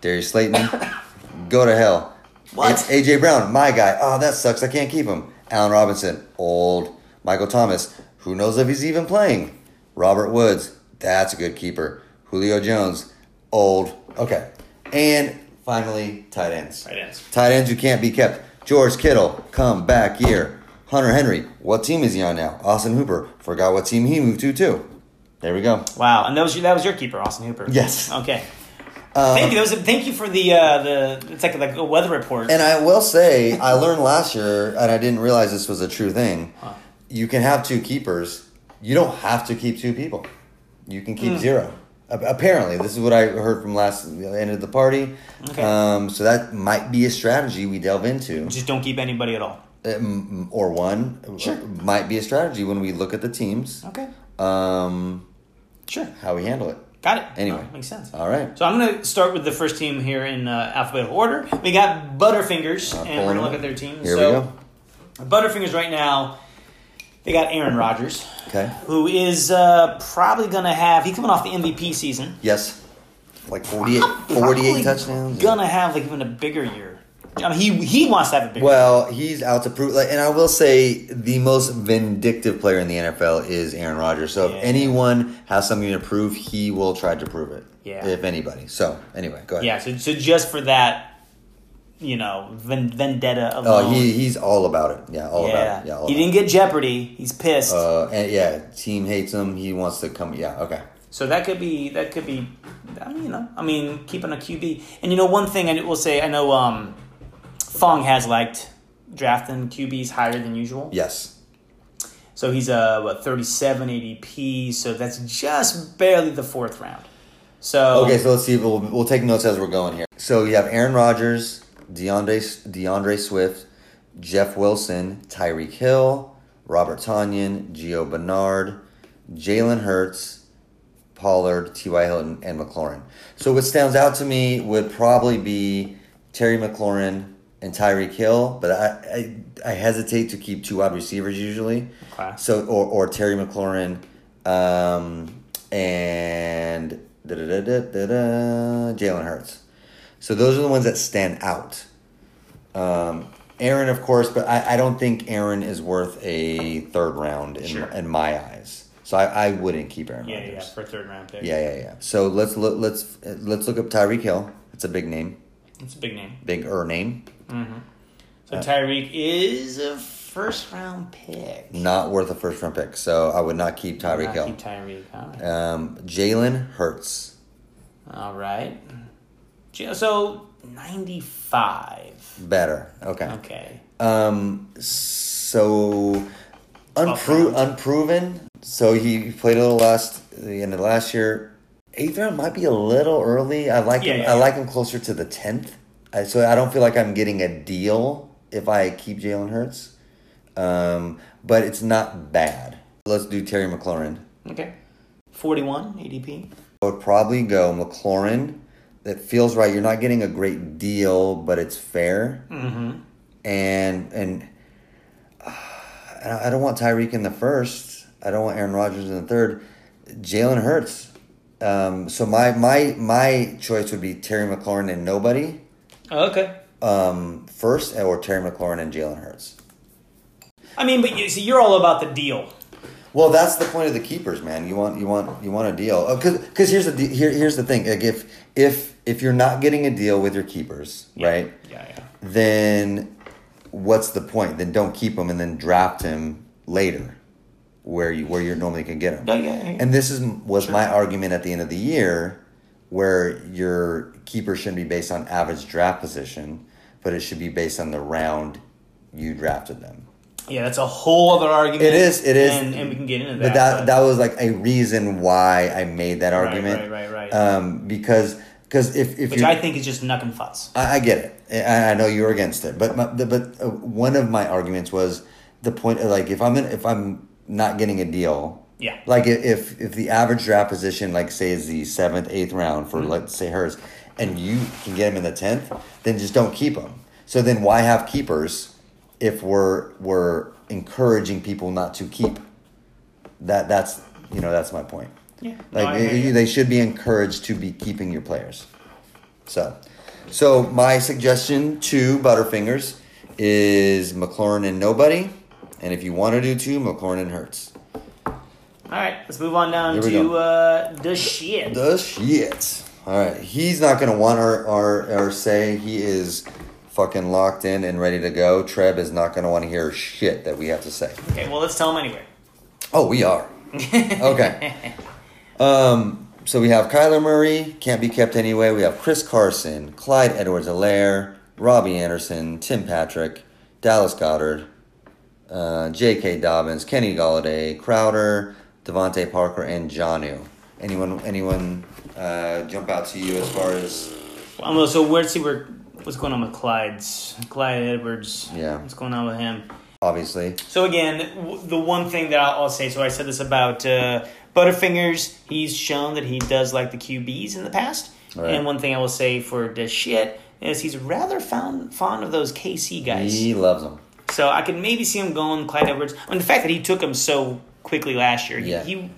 Darius Slayton, go to hell. What? It's AJ Brown, my guy. Oh, that sucks. I can't keep him. Allen Robinson, old. Michael Thomas, who knows if he's even playing? Robert Woods, that's a good keeper. Julio Jones, old. Okay. And finally, tight ends. Tight ends. Tight ends who can't be kept. George Kittle, come back here. Hunter Henry, what team is he on now? Austin Hooper, forgot what team he moved to, too. There we go. Wow, and that was your, that was your keeper, Austin Hooper. Yes. Okay. Um, thank you. That was a, thank you for the uh, the it's like like a weather report. And I will say, I learned last year, and I didn't realize this was a true thing. You can have two keepers. You don't have to keep two people. You can Hmm. keep zero. A- Apparently, this is what I heard from last the end of the party. Okay. Um, so that might be a strategy we delve into, Just don't keep anybody at all. Um, or one Sure. might be a strategy when we look at the teams, Okay. um, Sure. how we handle it. Got it. Anyway. Uh, Alright, makes sense. All right. So I'm going to start with the first team here in uh, alphabetical order. We got Butterfingers, I'm and we're going pulling to look it. at their team. Uh, Here so we go. Butterfingers right now, they got Aaron Rodgers, Okay. who is uh, probably going to have he's coming off the MVP season. Yes. Like 48, 48 Probably touchdowns. Gonna have like even a bigger year. I mean, he he wants to have a bigger. Well, he's out to prove. Like, and I will say, the most vindictive player in the NFL is Aaron Rodgers. So Yeah. if anyone has something to prove, he will try to prove it. Yeah. If anybody. So anyway, go ahead. yeah. So, so just for that, you know, ven- vendetta alone. Oh, he he's all about it. Yeah, all yeah. about it. Yeah, all he about didn't it. get Jeopardy. He's pissed. Uh, and yeah, team hates him. He wants to come. Yeah. Okay. So that could be that could be, I mean, you know, I mean, keeping a QB. And you know, one thing I will say, I know um, Fong has liked drafting QBs higher than usual. Yes. So he's uh, what 37 ADP. So that's just barely the fourth round. So Okay. So let's see. We'll we'll take notes as we're going here. So you have Aaron Rodgers, DeAndre DeAndre Swift, Jeff Wilson, Tyreek Hill, Robert Tanyan, Gio Bernard, Jalen Hurts, Pollard, T.Y. Hilton, and McLaurin. So what stands out to me would probably be Terry McLaurin and Tyreek Hill, but I, I I hesitate to keep two wide receivers usually. Okay. So or, or Terry McLaurin um, and da da da da da da Jalen Hurts. So those are the ones that stand out. Um, Aaron, of course, but I, I don't think Aaron is worth a third round in, Sure. in my eyes. So I, I wouldn't keep Aaron yeah, yeah, yeah, Rodgers. for a third round pick. Yeah, yeah, yeah. So let's look. Let's uh, let's look up Tyreek Hill. It's a big name, it's a big name. big er name. Mm-hmm. So Tyreek is a first round pick. Not worth a first round pick. So I would not keep Tyreek Not Hill. keep Tyreek. All right. um, Jalen Hurts. All right. J- So 95. Better. Okay. Okay. Um. So, unpro- round. unproven. So he played a little last the end of last year. Eighth round might be a little early. I like Yeah, him. yeah, I yeah. like him closer to the tenth. So I don't feel like I'm getting a deal if I keep Jalen Hurts. Um. But it's not bad. Let's do Terry McLaurin. Okay. 41 ADP. I would probably go McLaurin. That feels right. You're not getting a great deal, but it's fair. Mm-hmm. And and uh, I don't want Tyreek in the first. I don't want Aaron Rodgers in the third. Jalen Hurts. Um, so my my my choice would be Terry McLaurin and nobody Okay. um, first, or Terry McLaurin and Jalen Hurts. I mean, but you see, you're all about the deal. Well, that's the point of the keepers, man. You want you want you want a deal. Because because here's the de- here, here's the thing. Like if if if you're not getting a deal with your keepers, right? Yeah, yeah. Then what's the point? Then don't keep him and then draft him later, where you where you normally can get him. Yeah, yeah, yeah. And this is was my argument at the end of the year, where your keeper shouldn't be based on average draft position, but it should be based on the round you drafted them. Yeah, that's a whole other argument. It is. It is. And, and we can get into that. But that that was like a reason why I made that argument. right, right, right. Um, because because if if which you I think is just knuck and futz. I, I get it. I, I know you're against it, but my, the, but uh, one of my arguments was the point of like if I'm in, if I'm not getting a deal, Yeah. Like i- if if the average draft position, like say, is the seventh, eighth round Mm-hmm. for let's say hers, and you can get him in the tenth, then just don't keep him. So then why have keepers if we're we're encouraging people not to keep? That that's you know that's my point. Yeah. No, Like I you- hear you. they should be encouraged to be keeping your players. So, so my suggestion to Butterfingers is McLaurin and nobody, and if you want to do two, McLaurin and Hurts. All right, let's move on down Here we to go. uh, the shit. The shit. All right, he's not gonna want our our our say. He is fucking locked in and ready to go. Treb is not gonna want to hear shit that we have to say. okay, well, let's tell them anyway. Oh, we are. Okay. um, so we have Kyler Murray, can't be kept anyway. We have Chris Carson, Clyde Edwards Alaire, Robbie Anderson, Tim Patrick, Dallas Goddard, uh, J.K. Dobbins, Kenny Galladay, Crowder, Devontae Parker, and Janu. Anyone anyone uh, jump out to you as far as Um, well, so where's he? Where, what's going on with Clyde's? Clyde Edwards. Yeah. What's going on with him? obviously? So again, w- the one thing that I'll, I'll say. So I said this about uh, Butterfingers. He's shown that he does like the QBs in the past. Right. And one thing I will say for the shit is he's rather found, fond of those KC guys. He loves them. So I could maybe see him going Clyde Edwards. I mean, the fact that he took him so quickly last year. he- Yeah. He,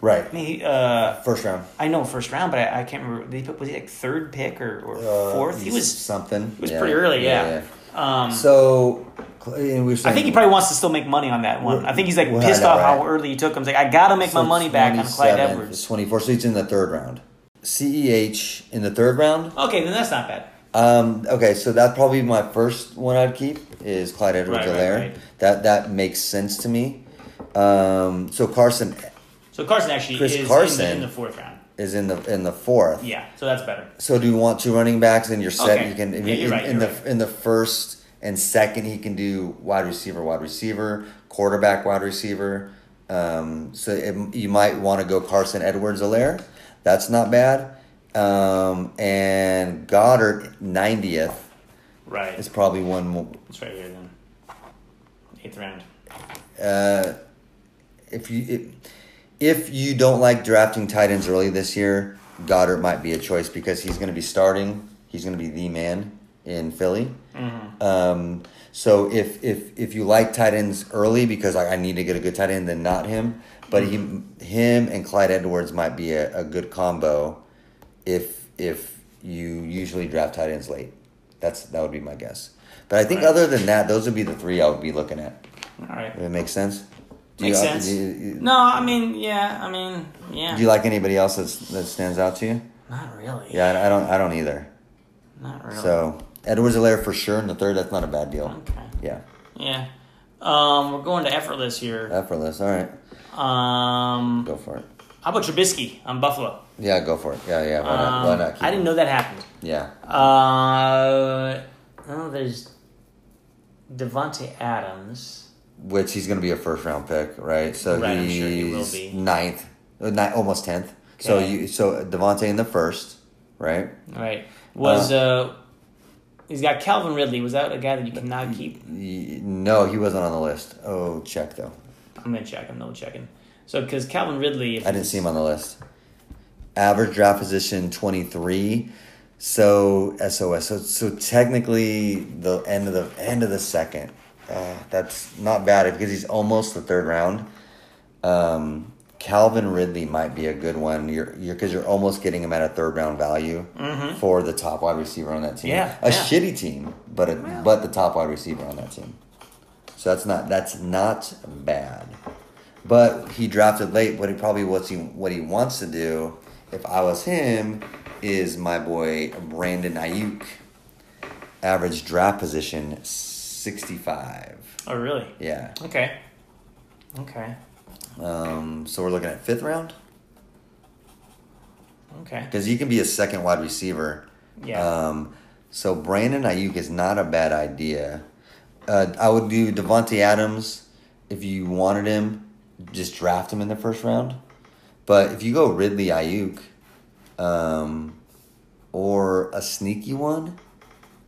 Right. he uh, First round. I know first round, but I, I can't remember. Did he put, was he like third pick or, or Uh, fourth? He was. something. It was pretty early, yeah. Um, So, Cl- and we were I saying- think he probably wants to still make money on that one. I think he's like Well, pissed I know, off how right? early he took him. He's like, I gotta make my money back on Clyde 27th, Edwards. 24, so he's in the third round. CEH in the third round. Okay, then that's not bad. Um, okay, so that's probably my first one I'd keep is Clyde Edwards Right, Alaire. right, right. That that makes sense to me. Um, so Carson So Carson actually Chris is in the- Carson. In, the, fourth round. is in the in the fourth. Yeah, so that's better. So do you want two running backs and you're set? Okay. You can Yeah, you're in, right, in the you're right. in the first and second he can do wide receiver, wide receiver, quarterback, wide receiver. Um, so it, you might want to go Carson Edwards Alaire. That's not bad. Um, and Goddard ninetieth Right. is probably one more. It's right here then. Eighth round. Uh, if you if, if you don't like drafting tight ends early this year, Goddard might be a choice because he's going to be starting. He's going to be the man in Philly. Um, so if if if you like tight ends early because I, I need to get a good tight end, then not him. But he him and Clyde Edwards might be a, a good combo if if you usually draft tight ends late. That's that would be my guess. But I think Right. other than that, those would be the three I would be looking at. All right. If it makes sense. Do Makes you, sense. Do you, you- No, I mean, yeah, I mean, yeah. Do you like anybody else that's, that stands out to you? not really. Yeah, I, I don't. I don't either. Not really. So Edwards Alaire for sure in the third. That's not a bad deal. Okay. Yeah, Yeah. Um, we're going to effortless here. effortless. All right, Um, go for it. how about Trubisky on Buffalo? Yeah, go for it. Yeah, yeah. Why not? Um, Why not? keep I didn't him? know that happened. Yeah, Uh, oh, there's Devonte Adams. which he's going to be a first round pick, right? So Right, I'm he's sure he will be. ninth, uh, ni- almost tenth. So Okay. you so Devontae in the first, right? Right. Was uh, he's got Calvin Ridley. Was that a guy that you cannot keep? Y- No, he wasn't on the list. Oh, check though. I'm gonna check. I'm double checking. So because Calvin Ridley, if I didn't see him on the list. Average draft position twenty three. So SOS. So so technically the end of the end of the second. Uh, that's not bad because he's almost the third round. Um, Calvin Ridley might be a good one. You're you're because you're almost getting him at a third round value for the top wide receiver on that Mm-hmm. team. Yeah, a yeah. shitty team, but a, but the top wide receiver on that team. So that's not that's not bad. But he drafted late. But he probably what's he what he wants to do. If I was him, is my boy Brandon Ayuk, average draft position sixty five. Oh, really? Yeah. Okay. Okay. Um, so we're looking at fifth round Okay. because he can be a second wide receiver. Yeah. Um, so Brandon Ayuk is not a bad idea. Uh, I would do Devontae Adams if you wanted him. Just draft him in the first round. But if you go Ridley Ayuk, um, or a sneaky one,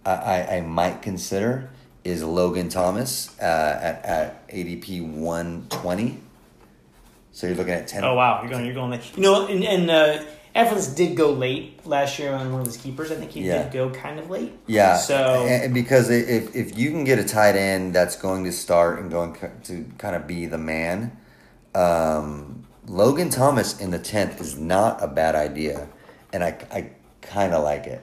I, I, I might consider is Logan Thomas uh, at at ADP one twenty. So you're looking at ten. Oh wow, you're going, you're going late. You know, and, and uh, Effortless did go late last year on one of his keepers. I think he Yeah. did go kind of late. Yeah. So and, and because i- if if you can get a tight end that's going to start and going co- to kind of be the man, um, Logan Thomas in the tenth is not a bad idea, and I I kind of like it.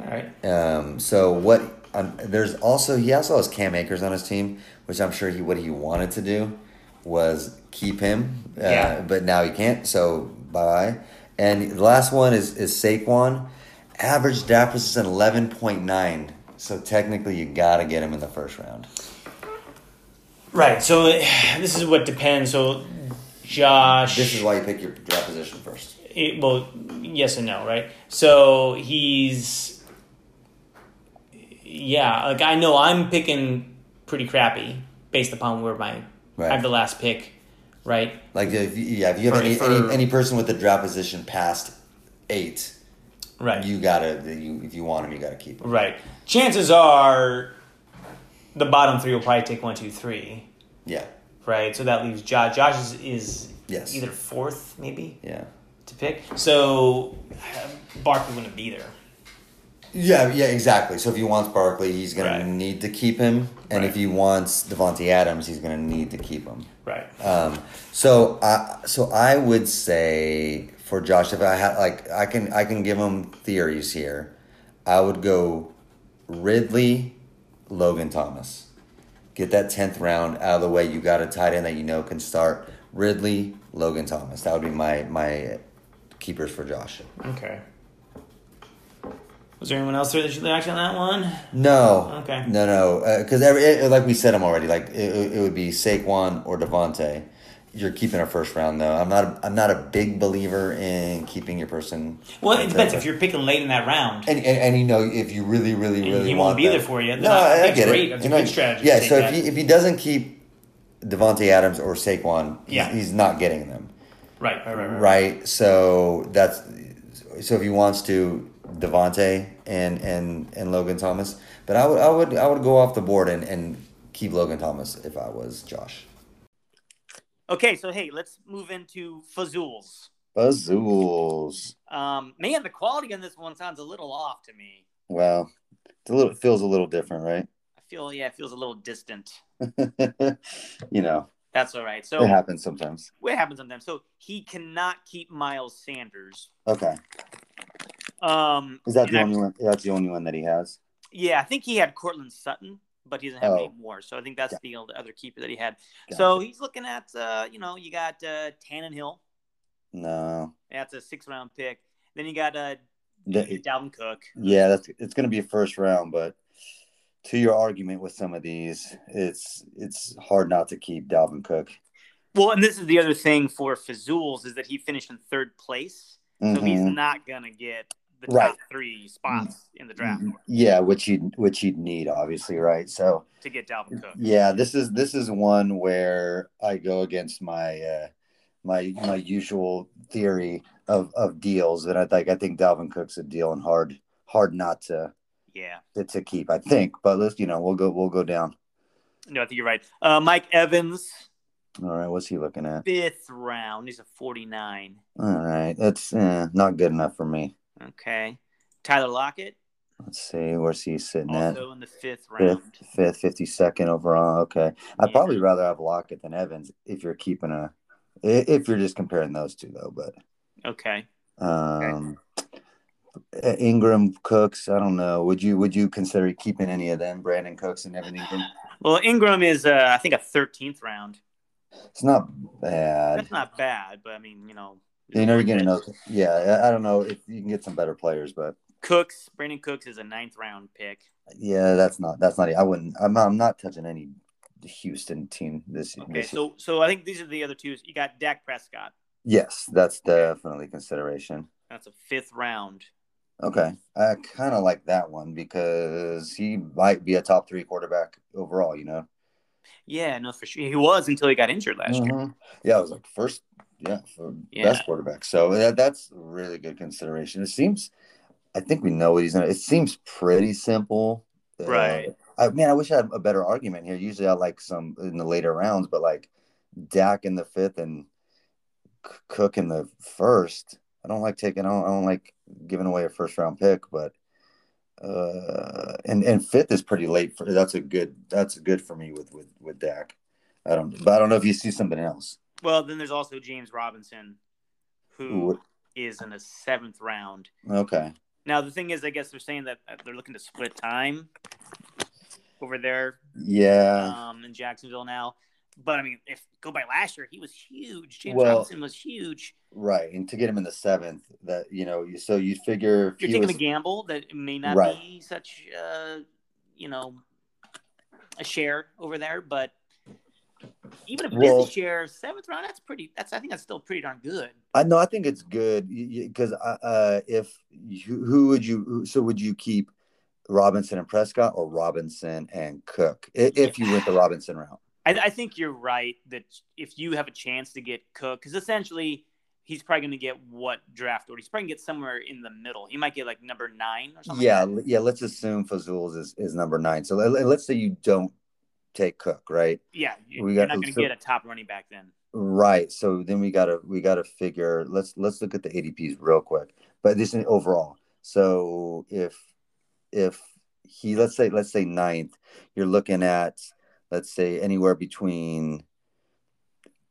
All right. Um, so what? Um, there's also he also has Cam Akers on his team, which I'm sure he what he wanted to do was keep him, uh, Yeah. but now he can't. So bye. And the last one is is Saquon, average DAP is an eleven point nine. So technically, you gotta get him in the first round. Right. So this is what depends. So Josh. This is why you pick your draft position first. it, well, yes and no, right? So he's, yeah, like I know I'm picking pretty crappy based upon where my I Right. have the last pick, right? Like if you, yeah, if you have For- any, for- any any person with a draft position past eight, Right. you gotta you if you want him, you gotta keep him. right. Chances are, the bottom three will probably take one, two, three, Yeah, right? So that leaves Josh. Josh is, is Yes. either fourth maybe yeah, to pick. So uh, Barkley wouldn't be there. yeah, yeah. Exactly. So if he wants Barkley, he's gonna Right. need to keep him, and if Right. he wants Devontae Adams, he's gonna need to keep him. Right. Um, so I so I would say for Josh, if I had like I can I can give him theories here. I would go Ridley, Logan Thomas. Get that tenth round out of the way. You got a tight end that you know can start. Ridley, Logan Thomas. That would be my my keepers for Josh. Okay. Was there anyone else there that you liked on that one? No. Okay. No, no, because every it, like we said them already. Like it, it it would be Saquon or Devonte. You're keeping a first round though. I'm not. A, I'm not a big believer in keeping your person. Well, it depends if you're picking late in that round. And, and, and you know if you really really And really he want won't be them. there for you. No, That's I, I get great. it. That's You a know, good strategy to Yeah. take So if that. he if he doesn't keep Devonte Adams or Saquon, he's, Yeah. he's not getting them. Right, right, right, right. Right. So that's so if he wants to Devonte and and and Logan Thomas, but I would I would I would go off the board and and keep Logan Thomas if I was Josh. Okay, so hey, let's move into Fazools. Bazools. Um, man, the quality on this one sounds a little off to me. Wow. It's a little, it feels a little different, I feel, yeah, it feels a little distant. right? you know, That's all right. it So, happens sometimes. what happens sometimes? So, he cannot keep Miles Sanders. Okay. Um, Is that and the I- only one? That's the only one that he has. Yeah, I think he had Cortland Sutton, but he doesn't have Oh. any more. So I think that's Got- the old- other keeper that he had. So Gotcha. he's looking at, uh, you know, you got uh, Tannenhill. No. That's a six round pick. Then you got uh, The- Dalvin Cook. yeah, that's it's going to be a first round, but to your argument with some of these, it's it's hard not to keep Dalvin Cook. Well, and this is the other thing for Fazools is that he finished in third place. So he's Mhm. not going to get the Right. Mm-hmm. top three spots in the draft Yeah, which you which you'd need obviously, right? So to get Dalvin Cook. yeah, this is this is one where I go against my uh, my my usual theory of of deals that I like. I think Dalvin Cook's a deal and hard hard not to Yeah. to, to keep. I think, but let's you know we'll go we'll go down. No, I think you're right. Uh, Mike Evans, All right, what's he looking at? fifth round. He's a 49. All right, that's eh, not good enough for me. Okay. Tyler Lockett, Let's see, where's he sitting at? also in the fifth round. Fifth, fifth, fifty second overall. Okay, I'd Yeah. probably rather have Lockett than Evans if you're keeping a, i- if you're just comparing those two though. But Okay. Um, uh, Ingram Cooks, I don't know. Would you would you consider keeping any of them, Brandon Cooks and Evan Ingram? Well, Ingram is, uh, I think, a 13th round. It's not bad. That's not bad, but I mean, you know. You never get another. Yeah, I- I don't know if you can get some better players, but Cooks, Brandon Cooks is a ninth round pick. yeah, that's not that's not. I wouldn't. I'm not, I'm not touching any Houston team this. Okay, this so so I think these are the other two. You got Dak Prescott. yes, that's definitely consideration. That's a fifth round. Okay, I kind of like that one because he might be a top three quarterback overall. You know. Yeah, no, for sure. He was until he got injured last year. Mhm. Yeah, I was like first, yeah, for Yeah. best quarterback. So that, that's really good consideration. It seems, I think we know what he's gonna. It seems pretty simple, Uh, Right. I man, I wish I had a better argument here. Usually, I like some in the later rounds, but like Dak in the fifth and C- Cook in the first. I don't like taking. I don't, I don't like giving away a first round pick, but uh, and and fifth is pretty late for. That's a good. That's good for me with with with Dak. I don't. But I don't know if you see something else. Well, then there's also James Robinson, who is Ooh, in the seventh round. okay. Now the thing is, I guess they're saying that uh, they're looking to split time over there Yeah. um, in Jacksonville now. But I mean, if go by last year, he was huge. James Well- Robinson was huge. Right. And to get him in the seventh, that you know, you so you figure if You're he taking was- a gamble that it may not Right. be such, uh, you know, a share over there. But even if it Well- is a share, seventh round, that's pretty. That's I think that's still pretty darn good. I know. I think it's good because uh, if you, who would you? who- So would you keep Robinson and Prescott or Robinson and Cook i- if you went the Robinson route? I, I think you're right that if you have a chance to get Cook, because essentially he's probably going to get what draft order? He's probably going to get somewhere in the middle. He might get like number nine or something. Yeah, like l- yeah. Let's assume Fazul's is, is number nine. So let, let's say you don't take Cook, right? that. yeah. You, We are got- not going to so- get a top running back then. Right. So then we gotta we gotta figure. Let's let's look at the ADPs real quick. But this is overall. So if if he let's say let's say ninth, you're looking at let's say anywhere between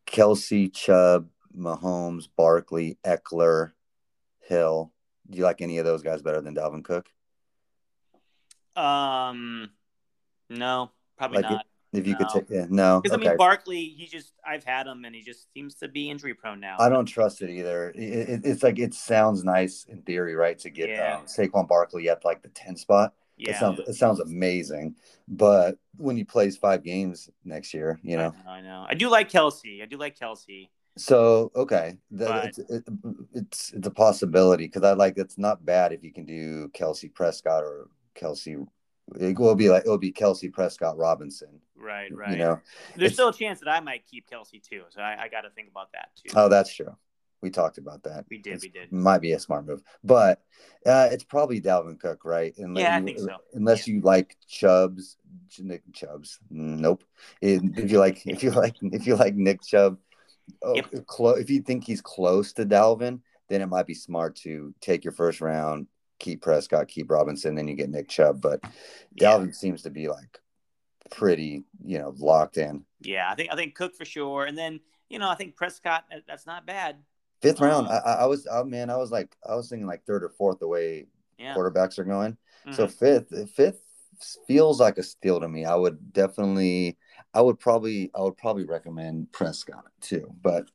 Kelsey, Chubb, Mahomes, Barkley, Eckler, Hill. Do you like any of those guys better than Dalvin Cook? Um, no, probably Like it- not. If you could No. take, yeah, no. Because I Okay. mean, Barkley, he just I've had him and he just seems to be injury prone now. I don't trust it either. It, it, it's like it sounds nice in theory, right? To get Yeah. um, Saquon Barkley at like the ten spot. It yeah, sounds it sounds amazing, but when he plays five games next year, you know. I know, I know. I do like Kelsey. I do like Kelsey. So okay, that, But- it's, it, it's it's a possibility because I like it's not bad if you can do Kelsey Prescott or Kelsey. It will be like it'll be Kelsey Prescott Robinson. Right, right. You know. it's- There's still a chance that I might keep Kelsey too, so I, I got to think about that too. Oh, that's true. We talked about that. we did, It's- we did. might be a smart move, but uh, it's probably Dalvin Cook, right? Unless Yeah, I you, think so. Unless you like Chubbs, Ch- Nick Chubbs. Nope. If if you like, if you like, if you like Nick Chubb, oh, Yep. clo- if you think he's close to Dalvin, then it might be smart to take your first round, keep Prescott, keep Robinson, then you get Nick Chubb. But Yeah. Dalvin seems to be like pretty, you know, locked in. Yeah, I think I think Cook for sure, and then you know I think Prescott. that- That's not bad. Fifth round, Um, I, I I was, oh man, I was like, I was thinking like third or fourth the way Yeah. quarterbacks are going. Mhm. So fifth, fifth feels like a steal to me. I would definitely, I would probably, I would probably recommend Prescott too. But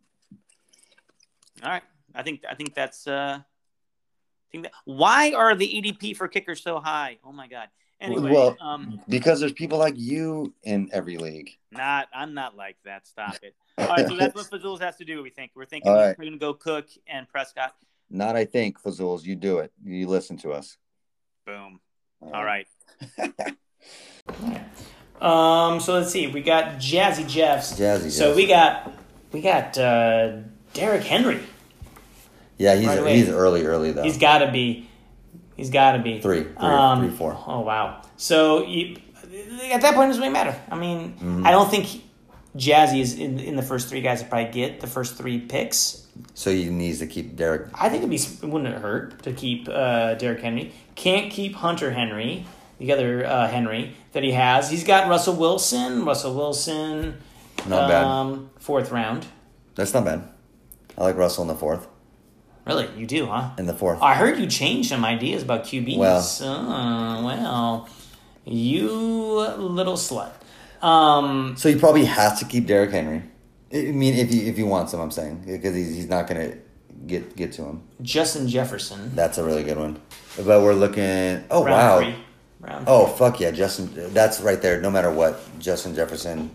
All right, I think I think that's. uh I think that, why are the EDP for kickers so high? Oh my god. Anyway, well, um, because there's people like you in every league. not I'm not like that. Stop it. All right, so that's what Fazul's has to do. We think we're thinking All right. we're going to go Cook and Prescott. Not I think Fazools. You do it. You listen to us. Boom. All right. um. So let's see. We got Jazzy Jeffs. Jazzy So Jeff. we got we got uh, Derrick Henry. Yeah, he's Right away. he's early, early though. He's got to be. He's got to be Oh. Three, three, three, four. Oh wow. So you, at that point, it doesn't really matter. I mean, Mm-hmm. I don't think Jazzy is in, in the first three guys to probably get the first three picks. so he needs to keep Derek. I think it'd be it wouldn't it hurt to keep uh, Derrick Henry. Can't keep Hunter Henry, the other uh, Henry that he has. He's got Russell Wilson. Russell Wilson, Not bad. bad. Fourth round. That's not bad. I like Russell in the fourth. Really, you do, huh? In the fourth. I heard you changed some ideas about QBs. Well. Uh, well, you little slut. Um, So he probably has to keep Derrick Henry. I I mean, if he if he wants him, I'm saying because he's, he's not gonna get get to him. Justin Jefferson. That's a really good one. But we're looking. Oh round wow. Three, round Oh fuck yeah, Justin. That's right there. No matter what, Justin Jefferson,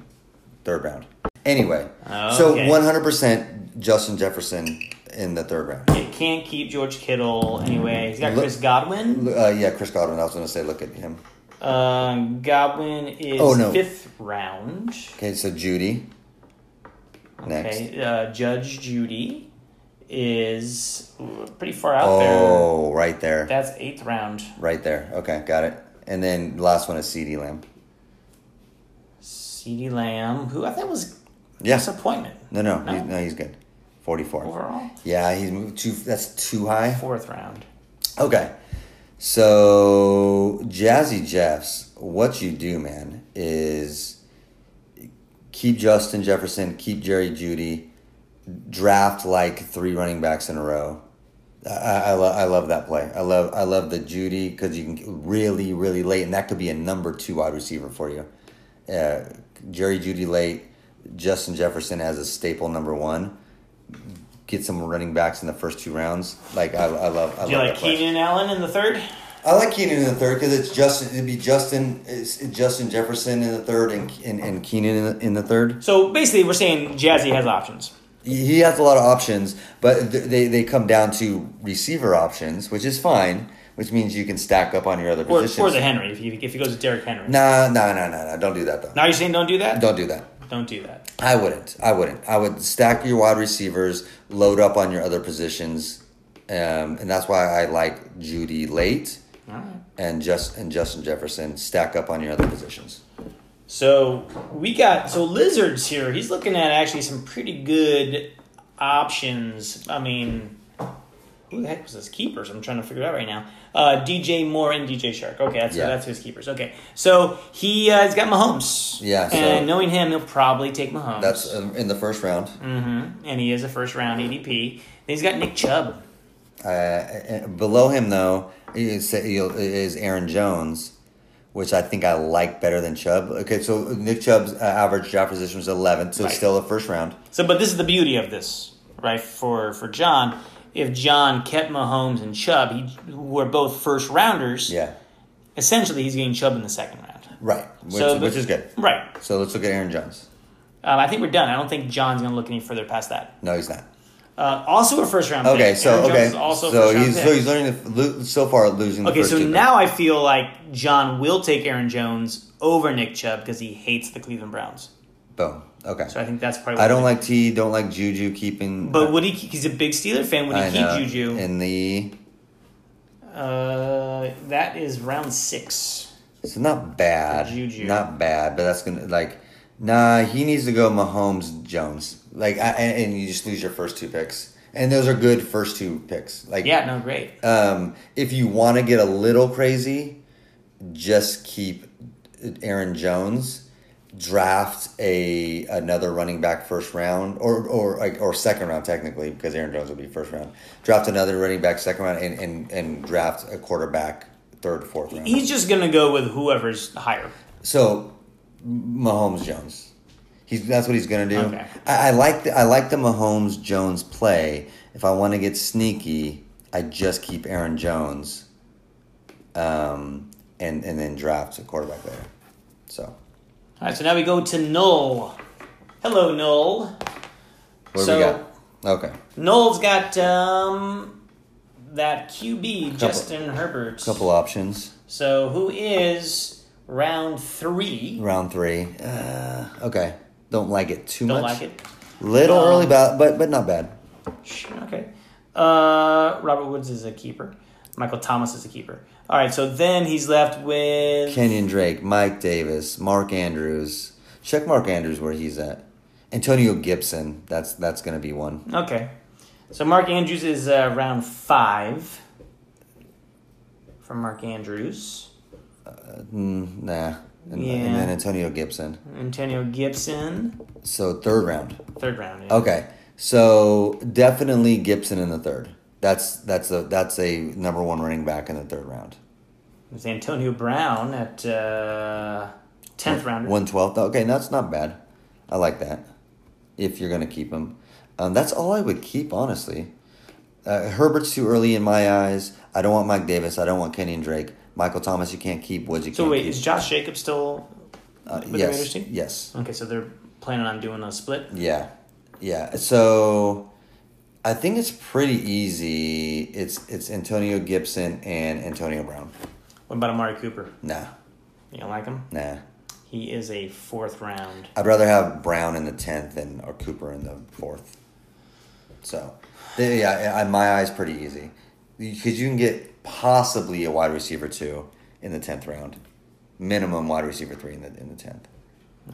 third round. Anyway, Okay. so 100 percent Justin Jefferson in the third round. It can't keep George Kittle anyway. He's got Look- Chris Godwin. Uh, yeah, Chris Godwin. I was gonna say, look at him. Uh, Godwin is Oh, no. fifth round. Okay, so Judy. Next. Okay. Uh, Judge Judy is pretty far out there. Oh, right there, That's eighth round. right there. Okay, got it. And then last one is C.D. Lamb. CeeDee Lamb, who I thought was Yeah. disappointment No, no, No? He's, no, he's good. Forty-four. overall. Yeah, he's moved too. That's too high. Fourth round. Okay. So Jazzy Jeffs, what you do, man, is keep Justin Jefferson, keep Jerry Judy, draft like three running backs in a row. I, I, I lo- I love that play. I love I love the Judy because you can get really really late, and that could be a number two wide receiver for you. Uh, Jerry Judy late, Justin Jefferson as a staple number one. Get some running backs in the first two rounds. Like I, I love. I Do you love like that play. Keenan Allen in the third? I like Keenan in the third because it's Justin. It'd be Justin, it's Justin Jefferson in the third, and and, and Keenan in the, in the third. So basically, we're saying Jazzy has options. He he has a lot of options, but th- they they come down to receiver options, which is fine. Which means you can stack up on your other Or, positions. or the Henry, if he, if he goes with Derrick Henry. Nah, nah, nah, nah, nah. Don't do that though. Now you're saying don't do that? Don't do that. Don't do that. I wouldn't. I wouldn't. I would stack your wide receivers, load up on your other positions, um, and that's why I like Judy late All right. and just and Justin Jefferson. Stack up on your other positions. So we got so lizards here. He's looking at actually some pretty good options. I mean, who the heck was his keepers? I'm trying to figure it out right now. Uh, DJ Moore and DJ Shark. Okay, that's Yeah. that's his keepers. Okay, so he uh, has got Mahomes. Yeah, so- and knowing him, he'll probably take Mahomes. That's um, in the first round. mm-hmm. and he is a first round ADP. Then he's got Nick Chubb. Uh, uh, below him, though, is, is Aaron Jones, which I think I like better than Chubb. Okay, so Nick Chubb's uh, average draft position was 11th, so Right. still a first round. So, but this is the beauty of this, right? For for John, if John kept Mahomes and Chubb, he who were both first rounders. Yeah, essentially he's getting Chubb in the second round. right, which, So the- which is good. Right. So let's look at Aaron Jones. Um, I think we're done. I don't think John's going to look any further past that. No, he's not. Uh, also a first round. Okay, pick. so Aaron Jones okay, is also a so first-round he's pick. so he's learning the, lo- so far losing. The okay. first So two picks. now I feel like John will take Aaron Jones over Nick Chubb because he hates the Cleveland Browns. boom. Okay, So I think that's probably. I don't like T. Don't like Juju keeping. But would he? He's a big Steeler fan. Would he I keep know, Juju? in the? uh, that is round six. So not bad. Juju. Not bad, but that's gonna like nah, he needs to go Mahomes Jones. Like I, and, and you just lose your first two picks. And those are good first two picks. Like Yeah. No. Great. um if you wanna get a little crazy, just keep Aaron Jones, draft a another running back first round or or like or second round technically, because Aaron Jones would be first round. Draft another running back second round and, and, and draft a quarterback third, fourth round. He's just going to go with whoever's higher. So, Mahomes Jones, he's that's what he's gonna do. Okay. I, I like the I like the Mahomes Jones play. If I want to get sneaky, I just keep Aaron Jones, um, and and then draft a quarterback there. So, All right. So now we go to Null. Hello, Null. what So- do we got? Okay, Noel's got um, that QB Justin Herbert. couple options. So who is round three? Round three. Uh, okay, don't like it too Don't much. like it. Little Um, early, ba- but but not bad. Sure, Okay. Uh, Robert Woods is a keeper. Michael Thomas is a keeper. All right. So then he's left with Kenyon Drake, Mike Davis, Mark Andrews. Check Mark Andrews where he's at. Antonio Gibson. That's that's gonna be one. okay. So Mark Andrews is uh, round five. From Mark Andrews, Mm, nah. And, Yeah. and then Antonio Gibson. Antonio Gibson, So third round. third round. yeah. Okay. So definitely Gibson in the third. That's that's a that's a number one running back in the third round. It's Antonio Brown at uh, tenth round. One twelfth. Okay, that's not bad. I like that. If you're gonna keep him, um, that's all I would keep honestly. Uh, Herbert's too early in my eyes. I don't want Mike Davis. I don't want Kenyon Drake. Michael Thomas, you can't keep. Woods, you So can't wait, keep. is Josh Jacobs still Uh, with the Raiders yes, team? yes, Okay, so they're planning on doing a split. yeah, yeah. So I think it's pretty easy. It's it's Antonio Gibson and Antonio Brown. What about Amari Cooper? Nah, You don't like him? nah. He is a fourth round. I'd rather have Brown in the tenth and or Cooper in the fourth. So, they- yeah, I, I- my eye's pretty easy because you can get possibly a wide receiver two in the tenth round, minimum wide receiver three in the in the tenth.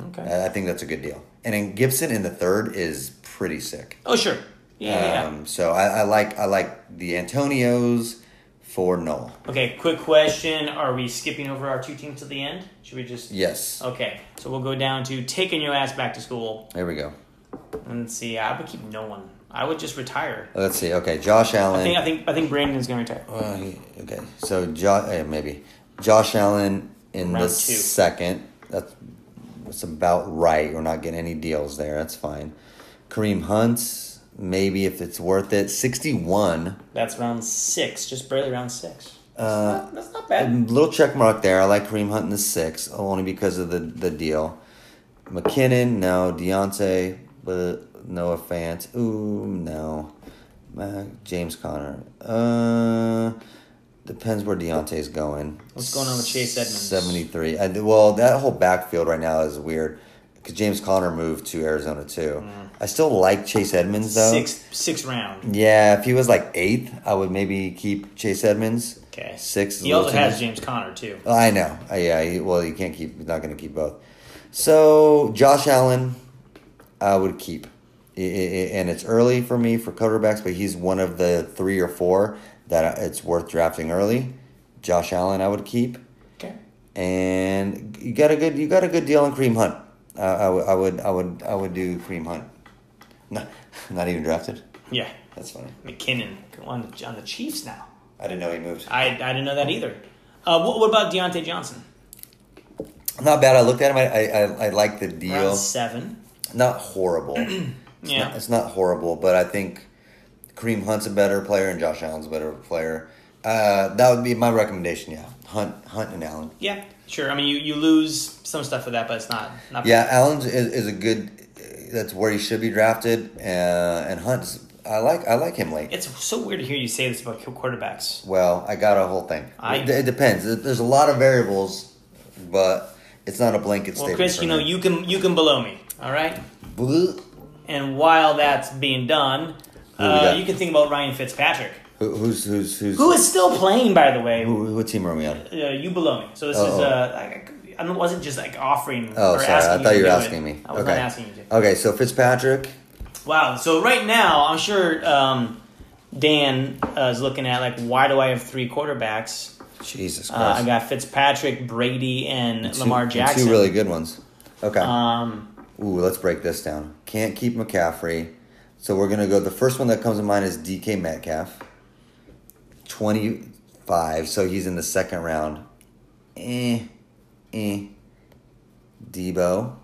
Okay. I, I think that's a good deal. And then Gibson in the third is pretty sick. Oh sure. Yeah, Um, so I, I like I like the Antonios for Noel. yeah. Okay. Quick question: Are we skipping over our two teams to the end? Should we just? Yes, Okay. So we'll go down to taking your ass back to school. there we go. Let's see. I would keep no one. I would just retire. Let's see. Okay, Josh Allen. I think I think I think Brandon's gonna retire. Well, he- okay, so Josh, maybe Josh Allen in the Round two. second. That's that's about right. We're not getting any deals there. That's fine. Kareem Hunt, maybe if it's worth it. Sixty-one. That's round six, just barely round six. Uh, That's not a bad. little check mark there. I like Kareem Hunt in the six, only because of the the deal. McKinnon, no. Deontay, but Noah Fant, ooh, no. Uh, James Conner, uh, depends where Deontay's going. What's going on with Chase Edmonds? Seventy three. Well, that whole backfield right now is weird. Cause James Conner moved to Arizona too. I still like Chase Edmonds though. Mm. Six six round. Yeah, if he was like eighth, I would maybe keep Chase Edmonds. Okay. Six. is He a little also too has much. James Conner too. I know. Uh, yeah. He, well, you can't keep. You're not going to keep both. So Josh Allen, I would keep, I- I- I- and it's early for me for quarterbacks, but he's one of the three or four that it's worth drafting early. Josh Allen, I would keep, Okay. and you got a good. You got a good deal on Cream Hunt. Uh, I, w- I would. I would. I would do Cream Hunt. No, not even drafted. Yeah. That's funny. McKinnon on the, on the Chiefs now. I didn't know he moved. I, I didn't know that either. Uh, what, what about Deontay Johnson? Not bad. I looked at him. I. I. I, I like the deal. Round seven. Not horrible. Yeah. It's not horrible, but I think Kareem Hunt's a better player and Josh Allen's a better player. Uh, that would be my recommendation. Yeah, Hunt, Hunt, and Allen. yeah. Sure. I mean, you, you lose some stuff with that, but it's not not. Yeah, Allen's is, is a good. That's where he should be drafted, uh, and Hunt's. I like I like him late. It's so weird to hear you say this about quarterbacks. Well, I got a whole thing. I- it, it depends. There's a lot of variables, but it's not a blanket Well, statement. Chris, for you know me. you can you can below me. All right. Bleh. And while that's being done, we uh, got? you can think about Ryan Fitzpatrick, Who, who's who's who's who is still playing, by the way. who, who- what team are we on? Uh, you below me. So this Oh, is oh. uh, I, I wasn't just like offering. Oh, or sorry. Asking I thought you you were to do asking it. me. I was okay. not asking you to. Okay, so Fitzpatrick. Wow. So right now, I'm sure um, Dan uh, is looking at like, why do I have three quarterbacks? Jesus Christ. Uh, I got Fitzpatrick, Brady, and Two- Lamar Jackson. Two really good ones. Okay. Um, Ooh, let's break this down. Can't keep McCaffrey. So we're going to go. The first one that comes to mind is DK Metcalf. 25. So he's in the second round. Eh. Eh. Debo.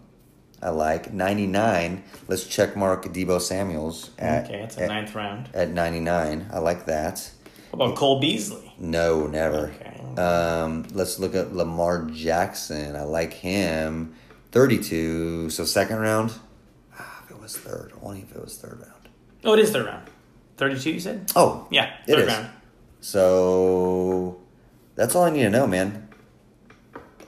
I like. 99. Let's check mark Debo Samuels at, okay, it's a at, ninth round. at 99. I like that. What about Cole Beasley? No, never. Okay. Um, let's look at Lamar Jackson. I like him. 32. So second round. Ah, if it was third. Only if it was third round. Oh, it is third round. Thirty-two, you said? Oh. Yeah, It third is. round. So that's all I need to know, man.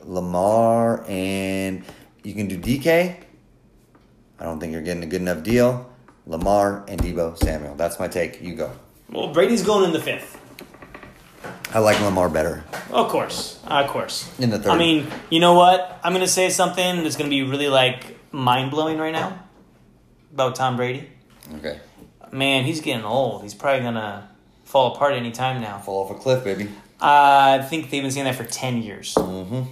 Lamar and you can do DK. I don't think you're getting a good enough deal. Lamar and Debo Samuel. That's my take. You go. Well, Brady's going in the fifth. I like Lamar better. Of course, of course. In the third. I mean, you know what? I'm gonna say something that's gonna be really like mind blowing right now about Tom Brady. Okay. Man, he's getting old. He's probably gonna fall apart any time now. Uh, Fall off a cliff, baby. I think they've been saying that for ten years. Mm-hmm.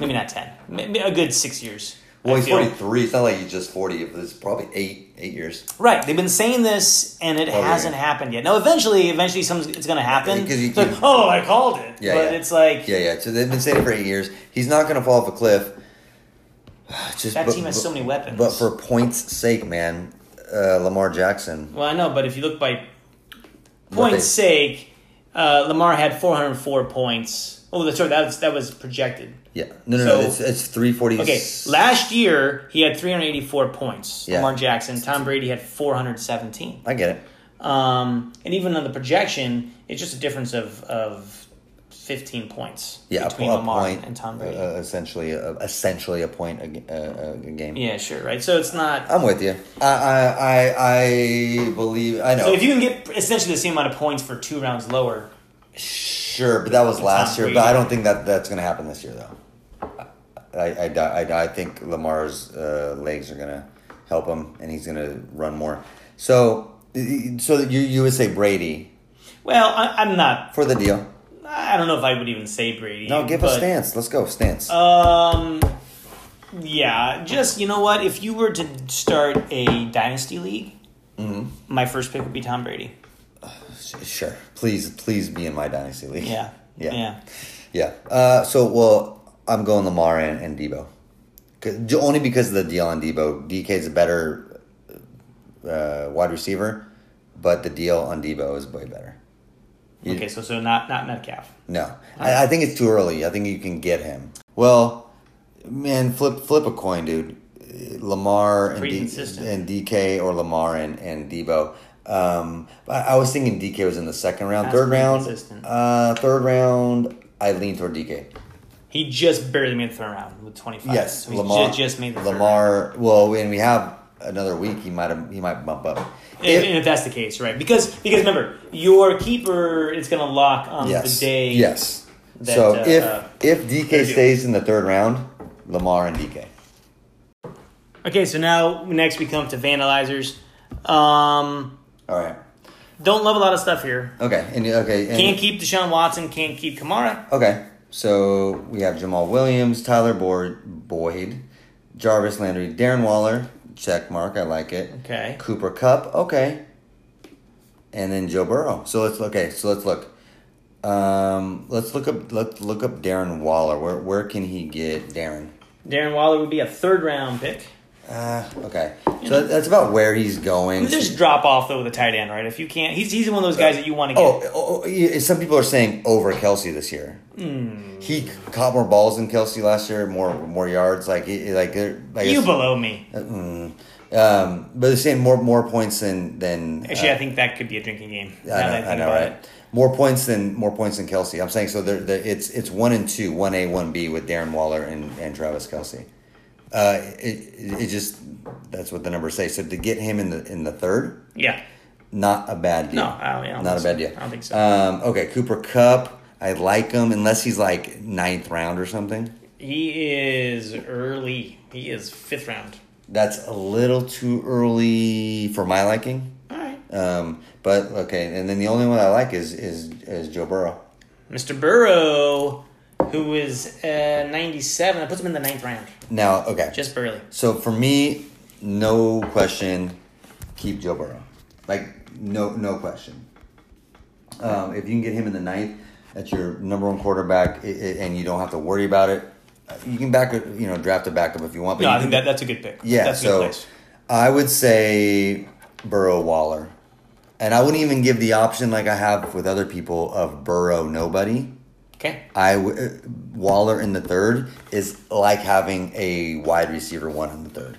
Maybe not ten. Maybe a good six years. Well, I he's feel. 43. It's not like he's just 40. It's probably eight, eight years. Right, they've been saying this, and it Probably. hasn't happened yet. Now, eventually, eventually, something's it's going to happen. Because you- It's like, oh, I called it, Yeah, but yeah. it's like Yeah, yeah. So they've been saying it for eight years. He's not going to fall off a cliff. Just, that but- team has but- so many weapons. But for points' sake, man, uh, Lamar Jackson. Well, I know, but if you look by What points' they- sake, uh, Lamar had 404 points. Oh, that's right. That was, that was projected. Yeah. No, no, no. So- It's, it's 340. Okay, last year he had 384 points. Yeah. Lamar Jackson, Tom Brady had 417. I get it. Um, and even on the projection, it's just a difference of of 15 points Yeah, between a, po- a Lamar point. and Tom Brady. Uh, uh, essentially, a, essentially a point a, g- uh, a- a game. yeah, sure, right. So it's not. I'm with you. I, I, I, I believe. I know. So if you can get essentially the same amount of points for two rounds lower, Sure, but that was last year. Brady. But I don't think that that's going to happen this year, though. I I, doubt- I, doubt- I think Lamar's uh, legs are going to help him, and he's going to run more. So, so you you would say Brady well, I, I'm not. for the deal? I don't know if I would even say Brady. No, give a but- stance. Let's go stance. Um, Yeah, just you know what? If you were to start a dynasty league, Mm-hmm. my first pick would be Tom Brady. Sure. Please, please be in my dynasty league. Yeah, Yeah. yeah. Yeah. Uh, so, well, I'm going Lamar and, and Debo. 'Cause- j- Only because of the deal on Debo. DK's a better uh, wide receiver, but the deal on Debo is way better. You- Okay, so so not not Metcalf. No, I, I think it's too early. I think you can get him. Well, man, flip flip a coin, dude. Uh, Lamar and, Pretty D- consistent. and DK or Lamar and and Debo. Um, I, I was thinking DK was in the second round, That's third pretty round, consistent. uh, third round. I lean toward DK. He just barely made the third round with twenty five. Yes, so he Lamar. ju- just made the third round. Lamar. Well, and we have another week. He might have. He might bump up. And, and if that's the case, right? Because because remember, your keeper is going to lock on yes. the day. yes. that, so uh, if uh, if DK they're due. stays in the third round, Lamar and DK. Okay, so now next we come to vandalizers. Um, All right. don't love a lot of stuff here. Okay, and okay, and, Can't keep Deshaun Watson. Can't keep Kamara. okay. So we have Jamal Williams, Tyler Boyd, Boyd, Jarvis Landry, Darren Waller. Check mark. I like it. Okay. Cooper Cup. Okay. And then Joe Burrow. So let's okay. So let's look. Um, let's look up. Let's look up Darren Waller. Where where can he get Darren? Darren Waller would be a third round pick. Uh, okay. So that's about where he's going. There's drop off though with a tight end, right? If you can't, he's he's one of those guys that you want to get. Oh, oh, oh, yeah, some people are saying over Kelsey this year. Hmm. He caught more balls than Kelsey last year, more more yards. Like he- like they're- like you it's- below me. Mm. um, but they're saying more more points than than. Actually, uh, I think that could be a drinking game. now I that know, I think know, about right? it. More points than more points than Kelsey. I'm saying so. They're, they're, it's it's one and two, one A, one B with Darren Waller and, and Travis Kelsey. Uh, it, it it just that's what the numbers say. So to get him in the in the third, Yeah. not a bad deal. No, I don't- I don't not a think bad so. deal. I don't think so. Um, okay, Cooper Cup. I like him unless he's like ninth round or something. He is early. He is fifth round. That's a little too early for my liking. All right. Um, but okay, and then the only one I like is is is Joe Burrow. Mr. Burrow, who is uh, 97, that puts him in the ninth round. Now, okay, Just barely. so for me, no question, keep Joe Burrow. Like no no question. Um, if you can get him in the ninth, that's your number one quarterback, i- i- and you don't have to worry about it. You can back you know draft a backup if you want. But No, you I think can- that, that's a good pick. Yeah, that's a so good place. I would say Burrow Waller. And I wouldn't even give the option like I have with other people of Burrow nobody. Okay. I w- uh, Waller in the third is like having a wide receiver one in the third.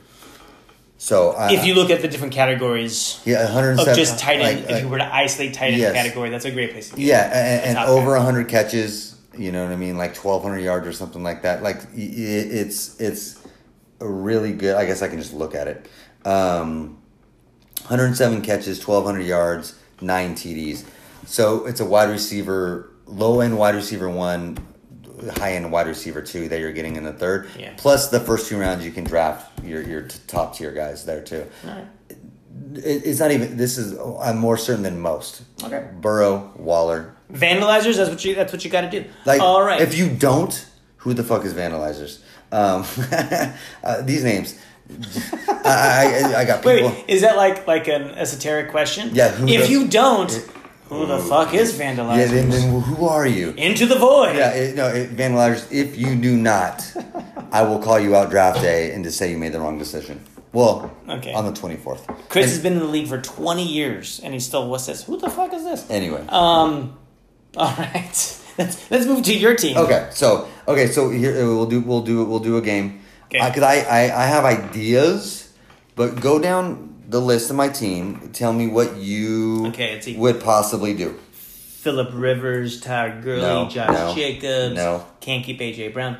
So I, If you look at the different categories yeah, 107 of just tight end, like, if like- you were to isolate tight end Yes. category, that's a great place to be. yeah, and, top and over guy. 100 catches, you know what I mean, like 1200 yards or something like that. Like i- i- it's it's a really good. I guess I can just look at it. Um, 107 catches, 1,200 yards, nine TDs. So it's a wide receiver, low end wide receiver one, high end wide receiver two that you're getting in the third. Yeah. Plus the first two rounds, you can draft your your t- top tier guys there too. It, it's not even. This is. I'm more certain than most. Okay. Burrow, Waller. Vandalizers, that's what you that's what you gotta do. Like, All right. If you don't, who the fuck is vandalizers? Um, uh, these names. I, I I got Wait, people. is that like like an esoteric question? Yeah, who if does- you don't, who the fuck is Yeah, vandalizers? then, then who are you? Into the void. Yeah, it, no, it, Van Lodgers, if you do not, I will call you out draft day and just say you made the wrong decision. Well, Okay. on the 24th. Chris And- has been in the league for 20 years, and he's still what's this? Who the fuck is this? Anyway. Um, all right, let's let's move to your team. okay, so okay, so here uh, we'll do we'll do we'll do a game. Okay. Uh, 'cause I, I I have ideas, but go down the list of my team. Tell me what you Okay, it's easy. would possibly do. Philip Rivers, Todd Gurley, No, Josh no, Jacobs. no. Can't keep AJ Brown.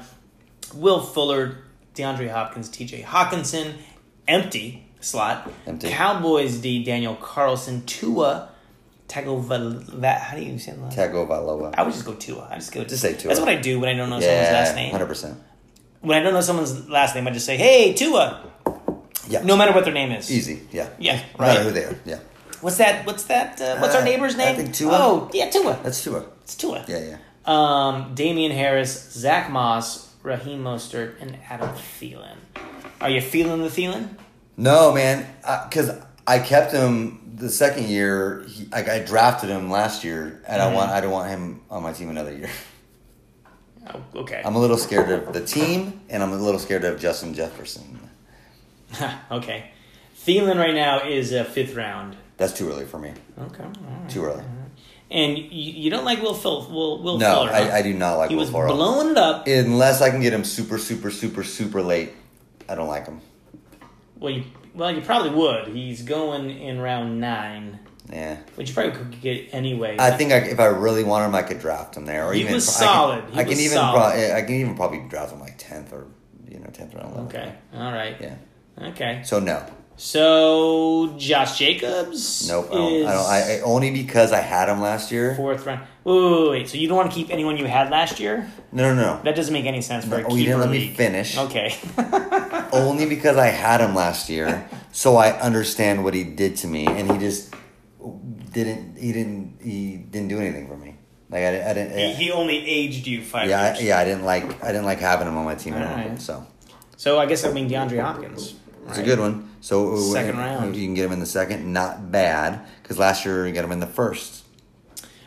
Will Fuller, DeAndre Hopkins, TJ Hawkinson, empty slot. Empty. Cowboys D, Daniel Carlson, Tua, Tagovailoa. How do you say that? Tagovailoa. I would just go Tua. I just go. Just say Tua. That's what I do when I don't know someone's Yeah, last name. hundred percent. When I don't know someone's last name, I just say, "Hey, Tua." Yeah, No matter what their name is. easy. Yeah, Yeah, No matter right. who they are. Yeah, What's that? What's that? Uh, what's Uh, our neighbor's I name? think Tua. Oh, yeah, Tua. that's Tua. It's Tua. Yeah, yeah. Um, Damian Harris, Zach Moss, Raheem Mostert, and Adam Thielen. Are you feeling the Thielen? No, man, because I kept him the second year. He, like I drafted him last year, and Mm-hmm. I want I don't want him on my team another year. Oh, okay. I'm a little scared of the team, and I'm a little scared of Justin Jefferson. okay. Thielen right now is a fifth round. That's too early for me. Okay. all right. Too early. And you, you don't like Will Phil Will Will No, Fuller? huh? I, I do not like He Will was Ferrell. blown it up. Unless I can get him super, super, super, super late, I don't like him. Well, you, well, you probably would. He's going in round nine, Yeah. which you probably could get anyway. I think I, if I really want him, I could draft him there, or He even was I solid. Can, He I can was even solid. pro- I can even probably draft him like tenth or you know tenth round. 11th. Okay. All right. Yeah. Okay. So no, So Josh Jacobs. nope. I don't. I, don't I, I only because I had him last year. fourth round. Wait, wait, wait, wait. So you don't want to keep anyone you had last year? No, no, no. That doesn't make any sense for a No, keeper oh, you didn't let me league. finish. Okay. Only because I had him last year, so I understand what he did to me, and he just didn't. He didn't. He didn't do anything for me. Like I, I didn't. He- He only aged you five yeah, I, years. yeah. I didn't like. I didn't like having him on my team. at all, Alright. So So I guess I mean DeAndre Hopkins. it's a good one. So uh, Second uh, round. you can get him in the second. Not bad because last year you got him in the first.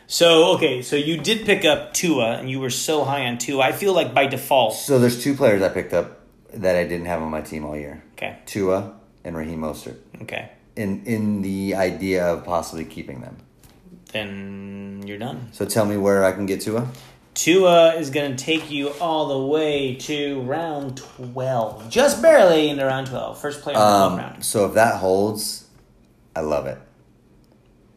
So okay, so you did pick up Tua, and you were so high on Tua. I feel like by default. So there's two players I picked up that I didn't have on my team all year: Okay. Tua and Raheem Mostert. Okay. In in the idea of possibly keeping them. Then you're done. So tell me where I can get Tua. Tua is going to take you all the way to round 12. Just barely into round 12. First player in the 12 Um, round. so if that holds, I love it.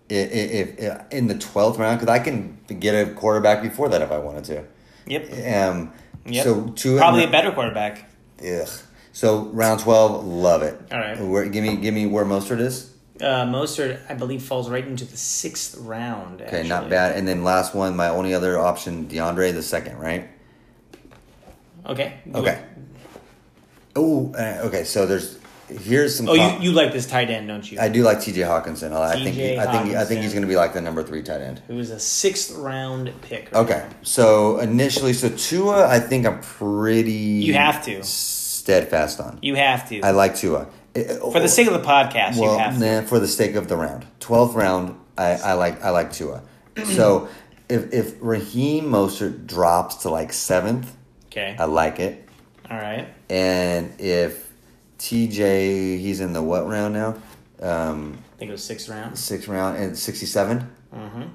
I- i- If, if in the twelfth round, because I can get a quarterback before that if I wanted Yep. to. Um, Yep. So Tua Probably a better quarterback. Ugh. So round twelve, love it. All right. Where, give me give me where Mostert is. Uh, Mostert, I believe, falls right into the sixth round. Okay, not actually. bad. And then last one, my only other option, DeAndre the second, right? Okay. You- Okay. Oh, uh, okay. So there's here's some. Oh, thought. you, you like this tight end, don't you? I do like T.J. Hawkinson. I, I think T.J. I think I think he's Hockenson. going to be like the number three tight end. Who is a sixth round pick. right Okay, so initially, so Tua, I think I'm pretty. You have to. steadfast on. You have to. I like Tua For the sake of the podcast, you have to. nah, for the sake of the round, twelfth round, I, I like I like Tua. so if if Raheem Mostert drops to like seventh, Okay. I like it. All right. And if TJ, he's in the what round now? Um, I think it was sixth round. sixth round and sixty-seven. Mhm.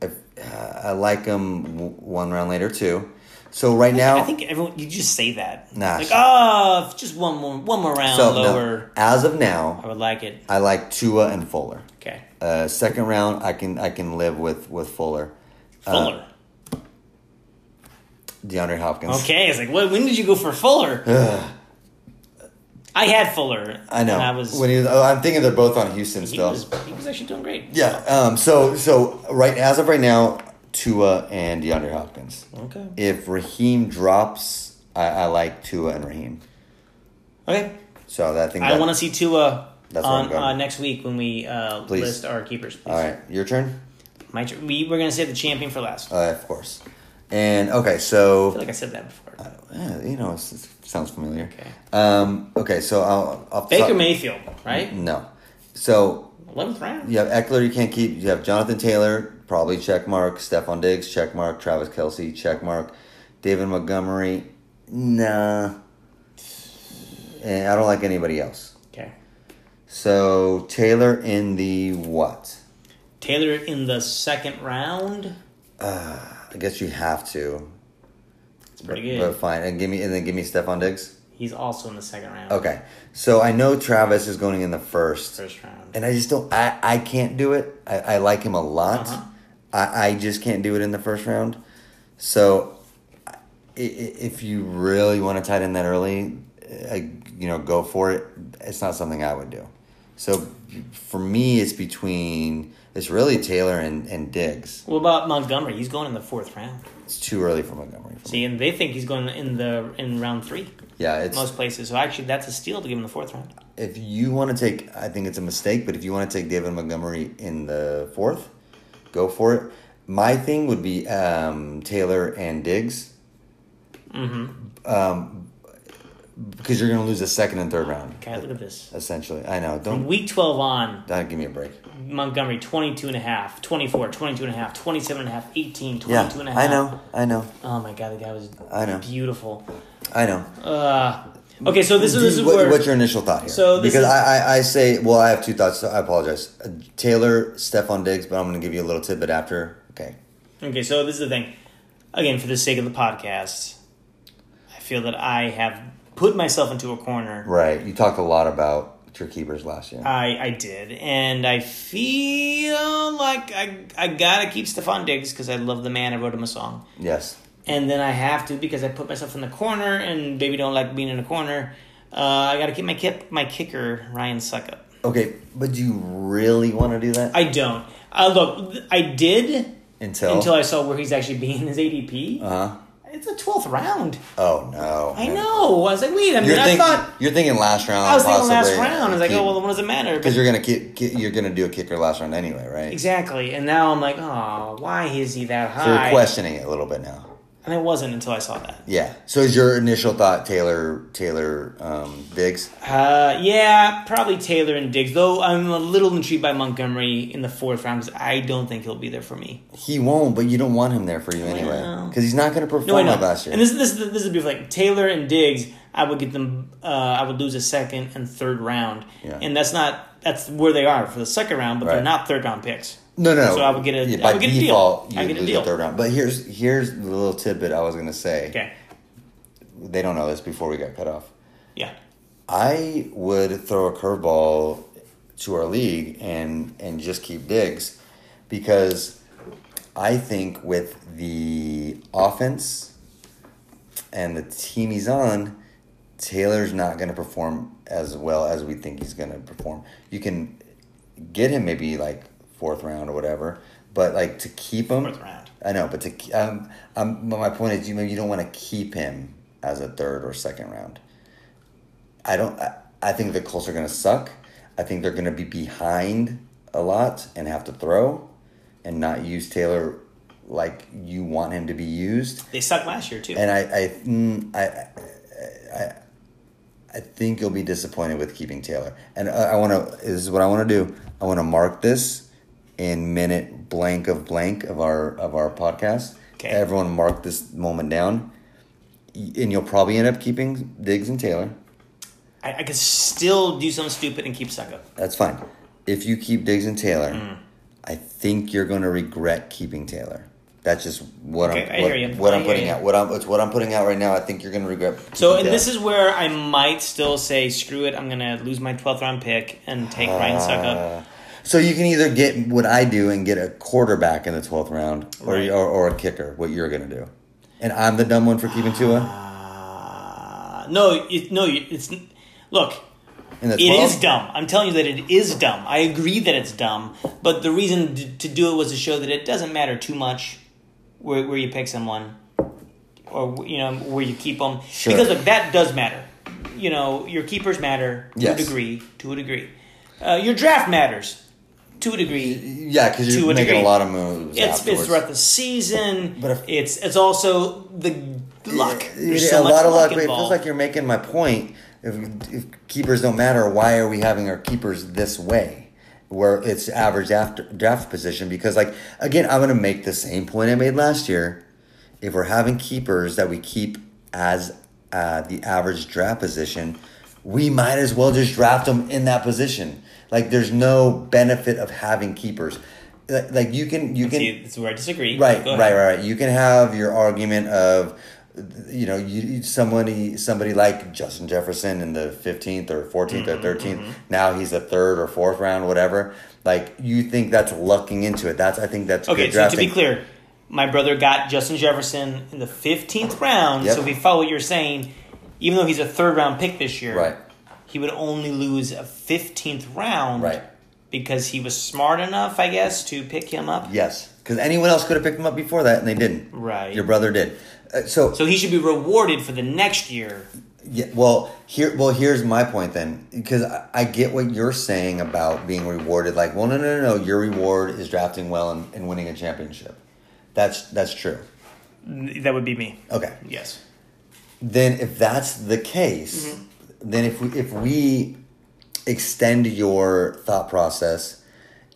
If, uh, I like him w- one round later too. So right now, I think everyone, you just say that. Oh. Nah. Like, oh, if just one more, one more round so no, lower. as of I now, would like it. I like Tua and Fuller. Okay. Uh, second round, I can I can live with with Fuller, Uh, Fuller. DeAndre Hopkins. okay. It's like, what, when did you go for Fuller? I had Fuller. I know. And I was. when he was, oh, I'm thinking they're both on Houston he, still. was he was actually doing great. Yeah. Um. So so right as of right now, Tua and DeAndre Hopkins. Okay. If Raheem drops, I, I like Tua and Raheem. Okay. So that I think. I want to see Tua That's where I'm on going. uh, next week when we uh, Please. list our keepers. Please. All right, your turn. My tr- we we're gonna save the champion for last. I Uh, of course. And okay, feel so like I said that before. Uh, yeah, Eh, you know, it's, it sounds familiar. Okay. Um. Okay, so I'll. I'll Baker Mayfield, right? No. So Eleventh round. You have Eckler, you can't keep. You have Jonathan Taylor, probably check mark. Stephon Diggs, check mark. Travis Kelsey, check mark. David Montgomery, nah. And I don't like anybody else. Okay. So Taylor in the what? Taylor in the second round. Uh, I guess you have to. It's pretty good. But fine, and give me and then give me Stephon Diggs. He's also in the second round. Okay, so I know Travis is going in the first, First round. and I just don't. I I can't do it. I, I like him a lot. Uh-huh. I I just can't do it in the first round. So, i- i- if you really want to tight end that early, I, you know, go for it. It's not something I would do. So, for me, it's between it's really Taylor and and Diggs. What about Montgomery? He's going in the fourth round. It's too early for Montgomery. For me. See, and they think he's going in the in round three, Yeah, it's most places. So actually, that's a steal to give him the fourth round. if you want to take, I think it's a mistake, but if you want to take David Montgomery in the fourth, go for it. My thing would be um, Taylor and Diggs, Mm-hmm. um, because you're going to lose a second and third round, God, look at this. essentially. I know. From Don't week 12 on, uh, give me a break. Montgomery 22 and a half, 24, 22 and a half, 27 and a half, 18, 22 Yeah, and a half. I know. I know. Oh my god, the guy was I know. beautiful. I know. Uh, okay, so this is this is what, where what's your initial thought here? So this because is- I, I I say well I have two thoughts. So I apologize. Uh, Taylor, Stefan Diggs, but I'm going to give you a little tidbit after. Okay. Okay, so this is the thing. Again, for the sake of the podcast, I feel that I have put myself into a corner. Right. You talked a lot about your keepers last year. I, I did, and I feel like I I gotta keep Stefan Diggs because I love the man. I wrote him a song, yes. and then I have to because I put myself in the corner, and baby don't like being in a corner. Uh, I gotta keep my kip, my kicker Ryan Suckup. Okay, but do you really want to do that I don't. Uh, look, th- I did until until I saw where he's actually being his ADP. Uh huh. It's a twelfth round. Oh no. I man. know. I was like, wait a You're, minute. think- I thought you're thinking last round. I was thinking possibly, last round. I was like, oh well, what does it matter? because But, you're gonna kick, kick, you're gonna do a kicker last round anyway, right? exactly. And now I'm like, oh, why is he that So you're high? questioning it a little bit now. And it wasn't until I saw that. Yeah. So is your initial thought Taylor Taylor um, Diggs? Uh, yeah, probably Taylor and Diggs. Though I'm a little intrigued by Montgomery in the fourth round because I don't think he'll be there for me. He won't, but you don't want him there for you anyway Well. because he's not gonna No, I perform know. like last year. And this, this, this is the beautiful thing. Taylor and Diggs, I would get them. Uh, I would lose a second and third round, Yeah. and that's not that's where they are for the second round, but Right. they're not third round picks. no, no. So I would get a- yeah, I by would get a deal. default I you get a lose deal. the third round. But here's here's the little tidbit I was gonna say. Okay, They don't know this before we got cut off. yeah, I would throw a curveball to our league and and just keep Diggs because I think with the offense and the team he's on, Taylor's not going to perform as well as we think he's going to perform. You can get him maybe like fourth round or whatever, but like to keep him fourth round. I know, but to um, um, but my point is, you maybe you don't want to keep him as a third or second round. I don't. I, I think the Colts are going to suck. I think they're going to be behind a lot and have to throw, and not use Taylor like you want him to be used. They sucked last year too. And I, I, mm, I, I, I think you'll be disappointed with keeping Taylor. And I, I want to. This is what I want to do. I want to mark this in minute blank of blank of our of our podcast. Okay. Everyone, mark this moment down, Y- and you'll probably end up keeping Diggs and Taylor. I, I could still do something stupid and keep Suckup. That's fine. If you keep Diggs and Taylor, Mm. I think you're going to regret keeping Taylor. That's just what Okay, I I'm what, hear you. what I I'm hear putting you. out. What I'm it's what I'm putting out right now. I think you're going to regret. So, keeping and this Taylor. is where I might still say, screw it, I'm going to lose my 12th round pick and take Ryan Uh. Suckup. So you can either get what I do and get a quarterback in the twelfth round, or, Right. or or a kicker. What you're gonna do, and I'm the dumb one for keeping Tua Uh, no, it, no, it- it's. Look, in the it is 12th? dumb. I'm telling you that it is dumb. I agree that it's dumb, but the reason d- to do it was to show that it doesn't matter too much where, where you pick someone or you know where you keep them Sure. because look, that does matter. You know, your keepers matter to Yes. a degree, to a degree. Uh, your draft matters to a degree. Yeah, because To you're a making a degree. lot of moves. It's, it's afterwards. throughout the season. But if- it's it's also the luck. Yeah, There's yeah, so a much lot of luck. But it feels involved. like you're making my point. If, if keepers don't matter, why are we having our keepers this way, where it's average after draft position? Because like again, I'm going to make the same point I made last year. If we're having keepers that we keep as uh, the average draft position, we might as well just draft them in that position. Like there's no benefit of having keepers. Like, like you can you can See, that's where I disagree. Right, Go right, ahead. right, right. You can have your argument of, you know, you you- somebody somebody like Justin Jefferson in the fifteenth or 14th Mm-hmm, or 13th Now he's a third or fourth round, whatever. Like you think that's lucking into it. That's I think that's Okay, good so to be drafting. clear, my brother got Justin Jefferson in the 15th round. Yep. So if we follow what you're saying, even though he's a third round pick this year, Right. he would only lose a 15th round Right. because he was smart enough, I guess, to pick him up. Yes, because anyone else could have picked him up before that, and they didn't. Right. Your brother did. Uh, so So he should be rewarded for the next year. Yeah, well, here, well, here's my point then, because I, I get what you're saying about being rewarded. Like, well, no, no, no, no. Your reward is drafting well and, and winning a championship. That's that's true. That would be me. Okay, Yes. then if that's the case, then if we if we extend your thought process,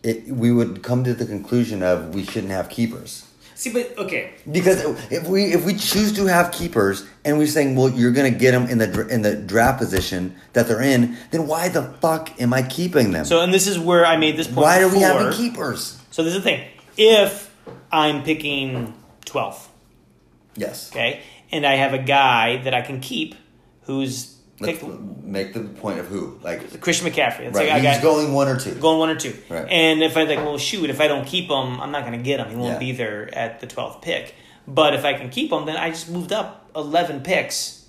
it we would come to the conclusion of we shouldn't have keepers. See, but okay, Because if we if we choose to have keepers and we're saying, well, you're gonna get them in the dr- in the draft position that they're in, then why the fuck am I keeping them? so and this is where I made this point. why are we before. having keepers? So this is the thing. If I'm picking 12th, Yes. okay, and I have a guy that I can keep who's Let's picked make the point of who, like, Christian McCaffrey. It's right? like I who's got going one or two? going one or two. Right. And if I like, well, shoot, if I don't keep him, I'm not going to get him. He won't Yeah. be there at the 12th pick. But if I can keep him, then I just moved up 11 picks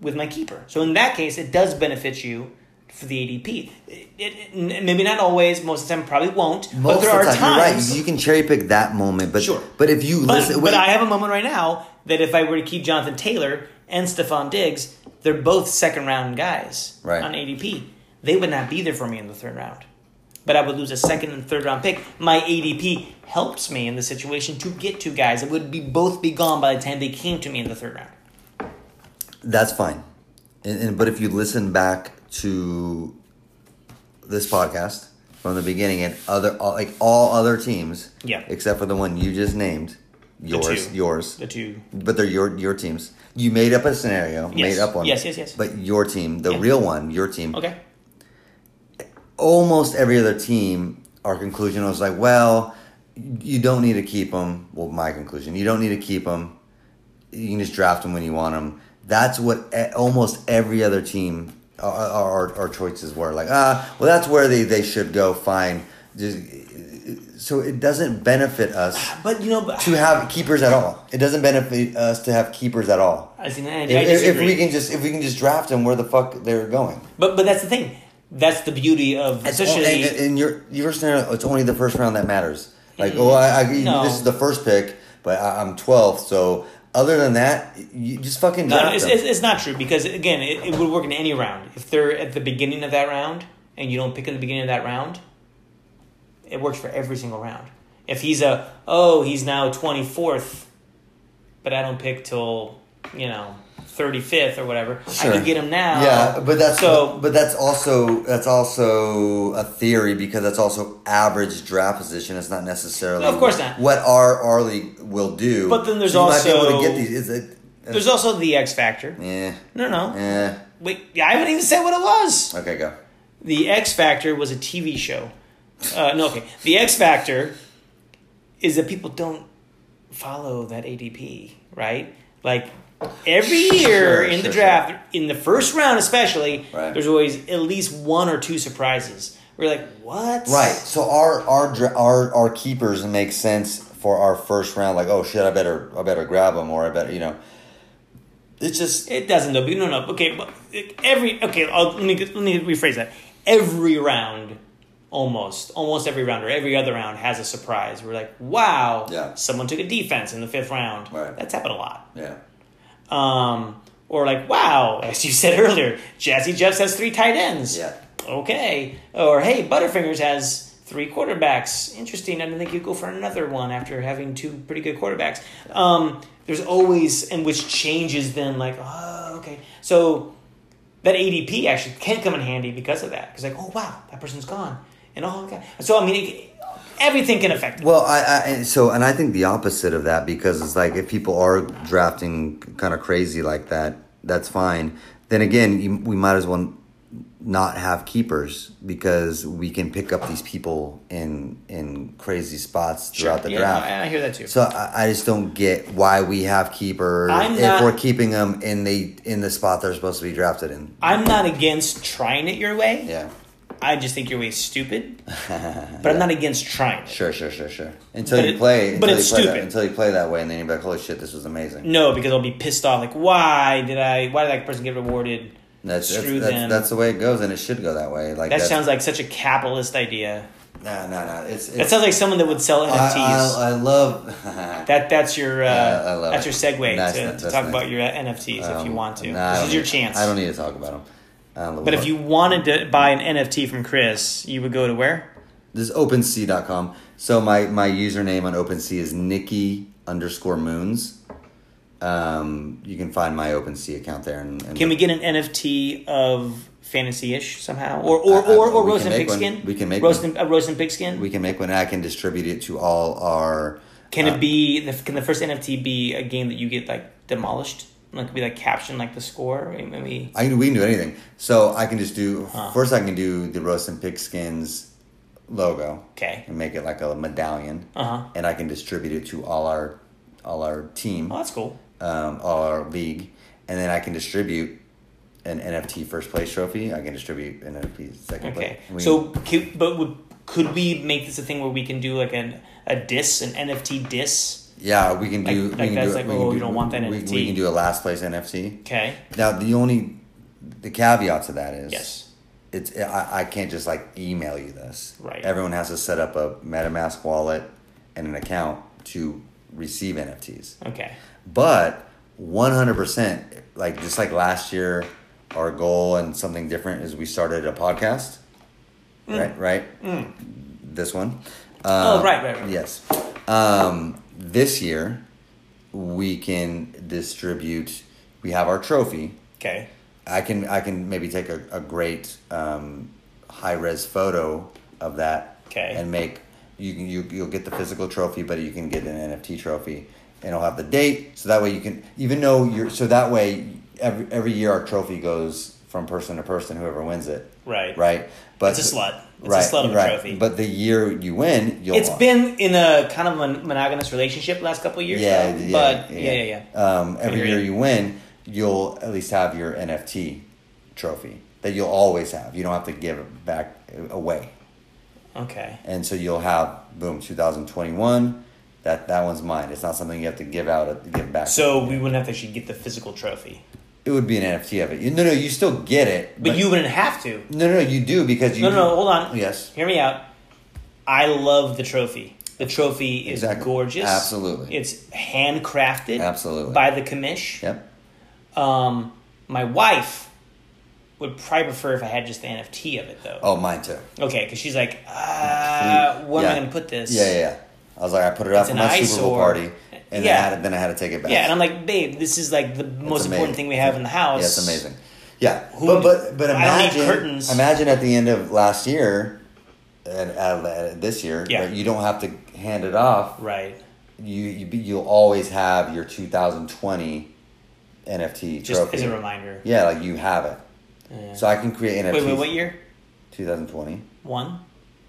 with my keeper. So in that case, it does benefit you for the ADP. It, it- n- maybe not always. Most of the time, probably won't. but Most there of the are time, you're right. times. You can cherry pick that moment, but Sure. but if you But, listen, but wait, I have a moment right now that if I were to keep Jonathan Taylor and Stephon Diggs, they're both second round guys Right. on ADP. They would not be there for me in the third round. But I would lose a second and third round pick. My ADP helps me in the situation to get two guys that would be both be gone by the time they came to me in the third round. that's fine. And, and but if you listen back to this podcast from the beginning and other all, like all other teams, Yeah. except for the one you just named, yours, two. yours, The two. but they're your your teams. You made up a scenario, Yes. made up one, Yes, yes, yes. But your team, the real one, your team, Okay. almost every other team, our conclusion was like, well, you don't need to keep them. Well, my conclusion, you don't need to keep them. You can just draft them when you want them. That's what e- almost every other team, uh, our, our, our choices were like, ah, well, that's where they, they should go. Fine. Just, so it doesn't benefit us But you know, but, to have keepers at all. It doesn't benefit us to have keepers at all. I think I, I If, if- if disagree. we can just if we can just draft them where the fuck they're going. but but that's the thing. That's the beauty of It's especially only, in, in your your scenario, it's only the first round that matters. Like, oh, I, I, Mm, No. this is the first pick, but I, I'm 12th. So other than that, you just fucking No, draft it's, them. it's, it's not true because again, it, it would work in any round. If they're at the beginning of that round and you don't pick at the beginning of that round, it works for every single round. If he's a oh he's now twenty fourth, but I don't pick till you know thirty fifth or whatever, I Sure. could get him now. yeah, but that's uh, so. but that's also that's also a theory because that's also average draft position. It's not necessarily No, of course not. what our our league will do. But then there's So you might be able also- to get these. Is it? there's also the X factor. yeah, No, no. yeah. Wait, I haven't even said what it was. Eh. Okay, go. The X Factor was a TV show. Uh, no, okay. The X Factor is that people don't follow that ADP, right? Like every year Sure, in the sure, draft, in the first round especially, Right. there's always at least one or two surprises. We're like, what? Right. So our our dra- our our keepers make sense for our first round. Like, oh shit, I better I better grab them, or I better you know. It's just It doesn't though. but No, no. Okay, but every okay. I'll, let me let me rephrase that. Every round, almost almost every round or every other round has a surprise. We're like, wow, Yeah. someone took a defense in the fifth round. Right. That's happened a lot. yeah. Um, or like, wow, as you said earlier, Jazzy Jeffs has three tight ends. Yeah. Okay. Or hey, Butterfingers has three quarterbacks. Interesting. I didn't think you'd go for another one after having two pretty good quarterbacks. Um, there's always and which changes then like, oh, okay. So that ADP actually can come in handy because of that. Because like, oh wow, that person's gone, and oh god. So I mean, it, everything can affect. It. Well, I, I and so and I think the opposite of that because it's like if people are drafting kind of crazy like that, that's fine. Then again, you, we might as well not have keepers because we can pick up these people in in crazy spots throughout the yeah, draft. and I hear that too. So I, I just don't get why we have keepers I'm if not- we're keeping them in the in the spot they're supposed to be drafted in. I'm not against trying it your way. Yeah, I just think your way is stupid. but I'm not against trying it. sure, sure, sure, sure. Until But you it- play, but until it's you play that- stupid. Mm, until you play that way, and then you're like, "Holy shit, this was amazing." No, because I'll be pissed off. Like, why did I? Why did that person get rewarded? That's Screw that's, them. that's, that's the way it goes, and it should go that way. Like That sounds like such a capitalist idea. no, no, no. It's, it's That sounds like someone that would sell I, NFTs. I, I love that that's your uh, Yeah, I love that's it. your segue Nice, to, nice, to that's talk nice. about your NFTs if you want to. No, Um, I this don't is your need- chance. I don't need to talk about Um, them. but if you wanted to buy an NFT from Chris, you would go to where? This is OpenSea.com. So my my username on OpenSea is Nikki underscore Moons. Um, you can find my OpenSea account there. And, and Can we get an NFT of fantasy ish somehow, or or I- I- or, or we roast can and make one. pigskin? We can make roast one. and, a roast and pigskin. We can make one. and I can distribute it to all our. can Um, it be? The, can the first NFT be a game that you get like demolished? Like be like captioned like the score, and then we I can, we can do anything. So I can just do first. I can do the roast and pigskins logo. Okay. And make it like a medallion. Uh-huh. And I can distribute it to all our all our team, Oh, that's cool. um, all our league, and then I can distribute an NFT first place trophy. I can distribute an NFT second place. Okay. We- so, could, but would, could we make this a thing where we can do like an a diss, an NFT diss? yeah, we can do. Like- we like can that's do, like, we can oh, do- you don't want that we, We NFT. can do a last place NFC. Okay. Now the only the caveat to that is Yes. it's I, I can't just like email you this. Right. Everyone has to set up a MetaMask wallet and an account to receive NFTs. Okay. But one hundred percent, like just like last year, our goal and something different is we started a podcast. Right. Right. This one. Mm. oh, Um, right, right, right. Yes. Um, this year, we can distribute. We have our trophy. Okay. I can I can maybe take a, a great um, high res photo of that. Okay. And make you can you you'll get the physical trophy, but you can get an NFT trophy, and it'll have the date. So that way you can even though you're so that way every every year our trophy goes from person to person whoever wins it. Right. Right. But It's a slut. It's a right, slut of a right. trophy. But the year you win, you'll It's been in a kind of a monogamous relationship the last couple of years. yeah, though, yeah, but yeah, yeah, yeah. Um, every Agreed. year you win, you'll at least have your NFT trophy that you'll always have. You don't have to give it back uh, away, Okay. and so you'll have boom 2021. That that one's mine. It's not something you have to give out at- give back. So we wouldn't have to actually get the physical trophy, it would be an NFT of it. You, no, no, you still get it, but, you wouldn't have to. no, no, you do because you Oh, No, no, hold on. Yes. Hear me out. I love the trophy. The trophy is Exactly. gorgeous. Absolutely. It's handcrafted. Absolutely. By the commish. Yep. Um, my wife would probably prefer if I had just the NFT of it though. Oh, mine too. Okay, because she's like, uh, where am Yeah. I going to put this? Yeah, yeah. yeah. I was like, I put it out for an my Super Bowl eyesore. party, and then, I Yeah. had to, then I had to take it back. Yeah, and I'm like, babe, this is like the most It's amazing. important thing we have in the house. Yeah, it's amazing. Yeah, Who- but but but I don't need imagine curtains. imagine at the end of last year, and uh, uh, this year, Yeah. right, you don't have to hand it off. Right. You, you be- you'll always have your 2020 NFT Just trophy. as a reminder. Yeah, like you have it. So I can create NFT. Wait, wait, what year? 2020. One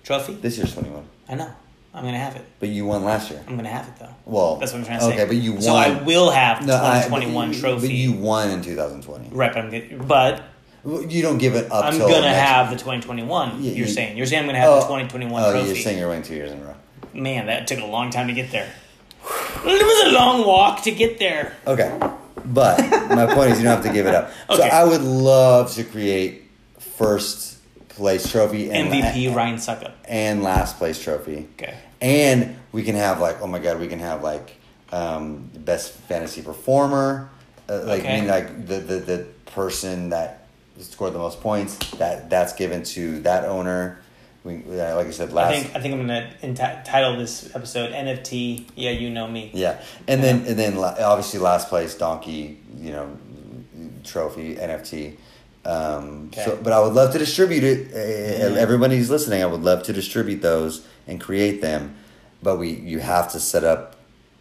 trophy. This year's 21. I know. I'm gonna have it. But you won last year. I'm gonna have it though. Well, That's what I'm trying to say. Okay, but you won. So I will have the No, I- but 2021 you- trophy. But you won in 2020. right, but I'm gonna, but Well, You don't give it up. I'm till gonna next- have the 2021. Yeah, you're you- saying you're saying I'm gonna have Oh, the 2021 oh, trophy. you're saying you're winning two years in a row. Man, that took a long time to get there. It was a long walk to get there. Okay. But my point is you don't have to give it up. So Okay. I would love to create first place trophy and MVP Ryan Suckup. and last place trophy. Okay. And we can have like oh my god, we can have like um best fantasy performer uh, like Okay. mean like the, the the person that scored the most points that that's given to that owner. We uh, like I said I last think I think I'm gonna enti- title this episode NFT. Yeah, you know me. Yeah, and then and then la- obviously last place donkey, you know, trophy NFT. Um, so, Okay. Mm-hmm. but I would love to distribute it. Uh, Everybody who's listening, I would love to distribute those and create them. But we you have to set up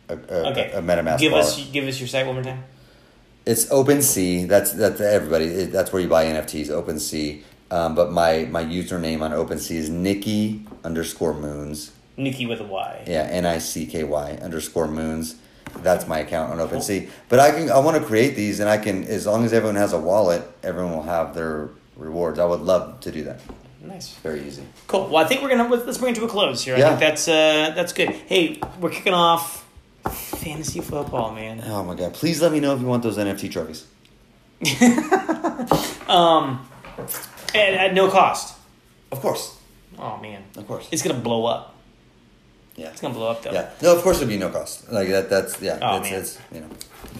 a, a, Okay. a a MetaMask. Give wallet. us give us your site one more time. It's OpenSea. That's that's everybody. It, that's where you buy NFTs. OpenSea. Um, but my my username on OpenSea is Nikki underscore Moons. Nikki with a Y. Yeah, N I C K Y underscore moons. That's my account on OpenSea. But I can I want to create these and I can as long as everyone has a wallet, everyone will have their rewards. I would love to do that. Nice. Very easy. Cool. Well, I think we're gonna let's let's bring it to a close here. I Yeah. think that's uh that's good. Hey, we're kicking off fantasy football, man. Oh my god. Please let me know if you want those NFT trophies. At, at no cost. Of course. Oh man, Of course. it's gonna blow up. yeah. It's gonna blow up though. yeah. No, of course it'd be no cost. Like that that's yeah, Oh, it's, man. it's you know.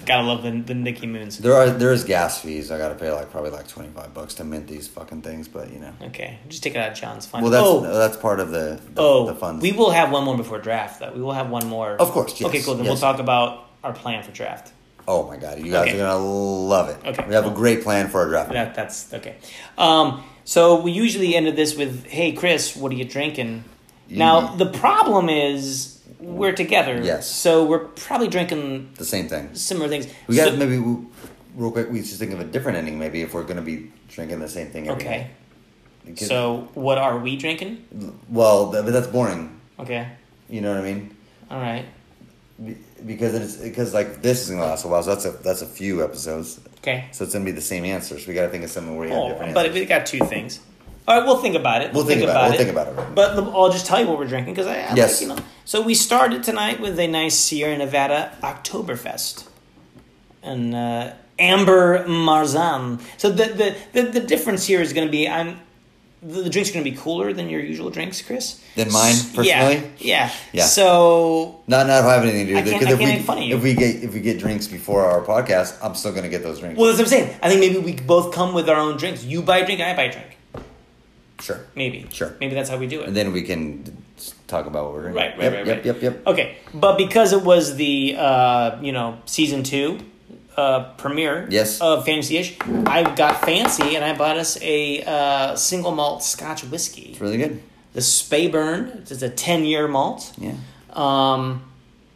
Gotta love the the Nikki Moons. There are there is gas fees. I gotta pay like probably like twenty five bucks to mint these fucking things, but you know. Okay, just take it out of John's fund. Well that's oh, that's part of the the, oh, the funds. we will have one more before draft though. We will have one more. Of course, yes, okay, cool. Then yes. we'll talk about our plan for draft. Oh my god, you guys Okay. are gonna love it. Okay, We have cool. a great plan for our draft. That that's okay. Um, so we usually ended this with, "Hey Chris, what are you drinking?" Now the problem is we're together. Mm-hmm. Yes. So we're probably drinking The same thing. similar things. We got So- maybe we, real quick. We should think of a different ending. Maybe if we're gonna be drinking the same thing. every okay. night. Because- So what are we drinking? well, th- but that's boring. Okay. You know what I mean? All right. Be- Because it's because like this is gonna last a while. So that's a that's a few episodes. Okay. So it's gonna be the same answer. So we gotta think of something where you have Oh, different. but answers. we got two things. All right, we'll think about it. we'll think, about, it. We'll think about it. But the- I'll just tell you what we're drinking because I, I Yes. like, you know. So we started tonight with a nice Sierra Nevada Oktoberfest, and uh, Amber Marzan. So the the, the, the difference here is going to be I'm the, the drink's going to be cooler than your usual drinks, Chris. Than mine, S- personally? Yeah. Yeah. Yeah. So Not not if I have anything to do with I it. can't- I Because if can't we make fun of you. if we get if we get drinks before our podcast, I'm still gonna get those drinks. well, that's what I'm saying. I think maybe we both come with our own drinks. You buy a drink, I buy a drink. sure. Maybe. Sure. Maybe that's how we do it. And then we can d- s- talk about what we're drinking. Right, right, yep, right, yep, right. Yep, yep, Okay, but because it was the uh, you know season two uh, premiere Yes. of Fantasy Ish, I got fancy and I bought us a uh, single malt Scotch whiskey. Really good. The Speyburn, it's a ten year malt. Yeah. Um,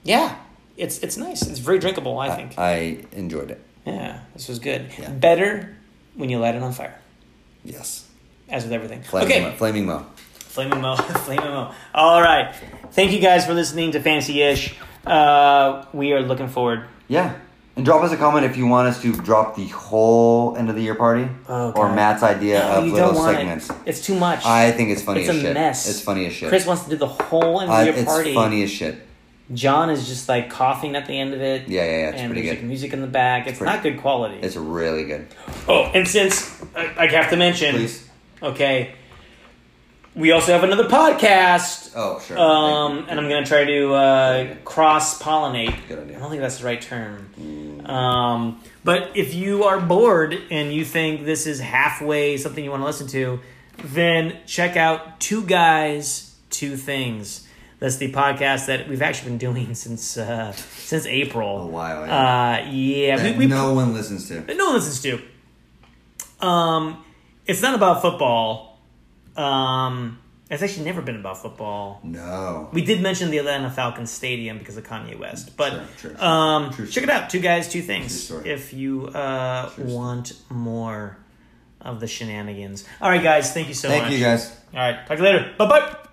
yeah, it's it's nice. It's very drinkable. I think. I enjoyed it. yeah, this was good. Yeah. Better when you light it on fire, Yes. as with everything. Flaming okay, Mo. Flaming Mo. Flaming Mo. Flaming Mo. All right. Thank you guys for listening to Fantasy Ish. Uh, we are looking forward. Yeah. And drop us a comment if you want us to drop the whole end of the year party Oh, or God. Matt's idea No, of you little don't want segments. it. It's too much. I think it's funny it's as a shit. mess. It's funny as shit. Chris wants to do the whole end I, of your it's party. funny as shit. John is just like coughing at the end of it. Yeah, yeah, yeah, it's and pretty there's, good. like, music in the back. It's, not good quality. It's really good. oh, and since I, I have to mention, Please. okay, we also have another podcast. Oh, sure. Um, and I'm gonna try to uh, cross pollinate. Good idea. Mm. I don't think that's the right term. Um, but if you are bored and you think this is halfway something you want to listen to, then check out Two Guys, Two Things. That's the podcast that we've actually been doing since uh, since April. A while, Yeah, uh, yeah. That we, we, no one listens to. that no one listens to. Um, it's not about football. Um, it's actually never been about football. No. We did mention the Atlanta Falcons stadium because of Kanye West, but Sure, sure, sure. um, True check it out. Two guys, two things. story. If you uh, True story. want more of the shenanigans, all right, guys. Thank you so Thank much. you guys. All right, talk to you later. Bye bye.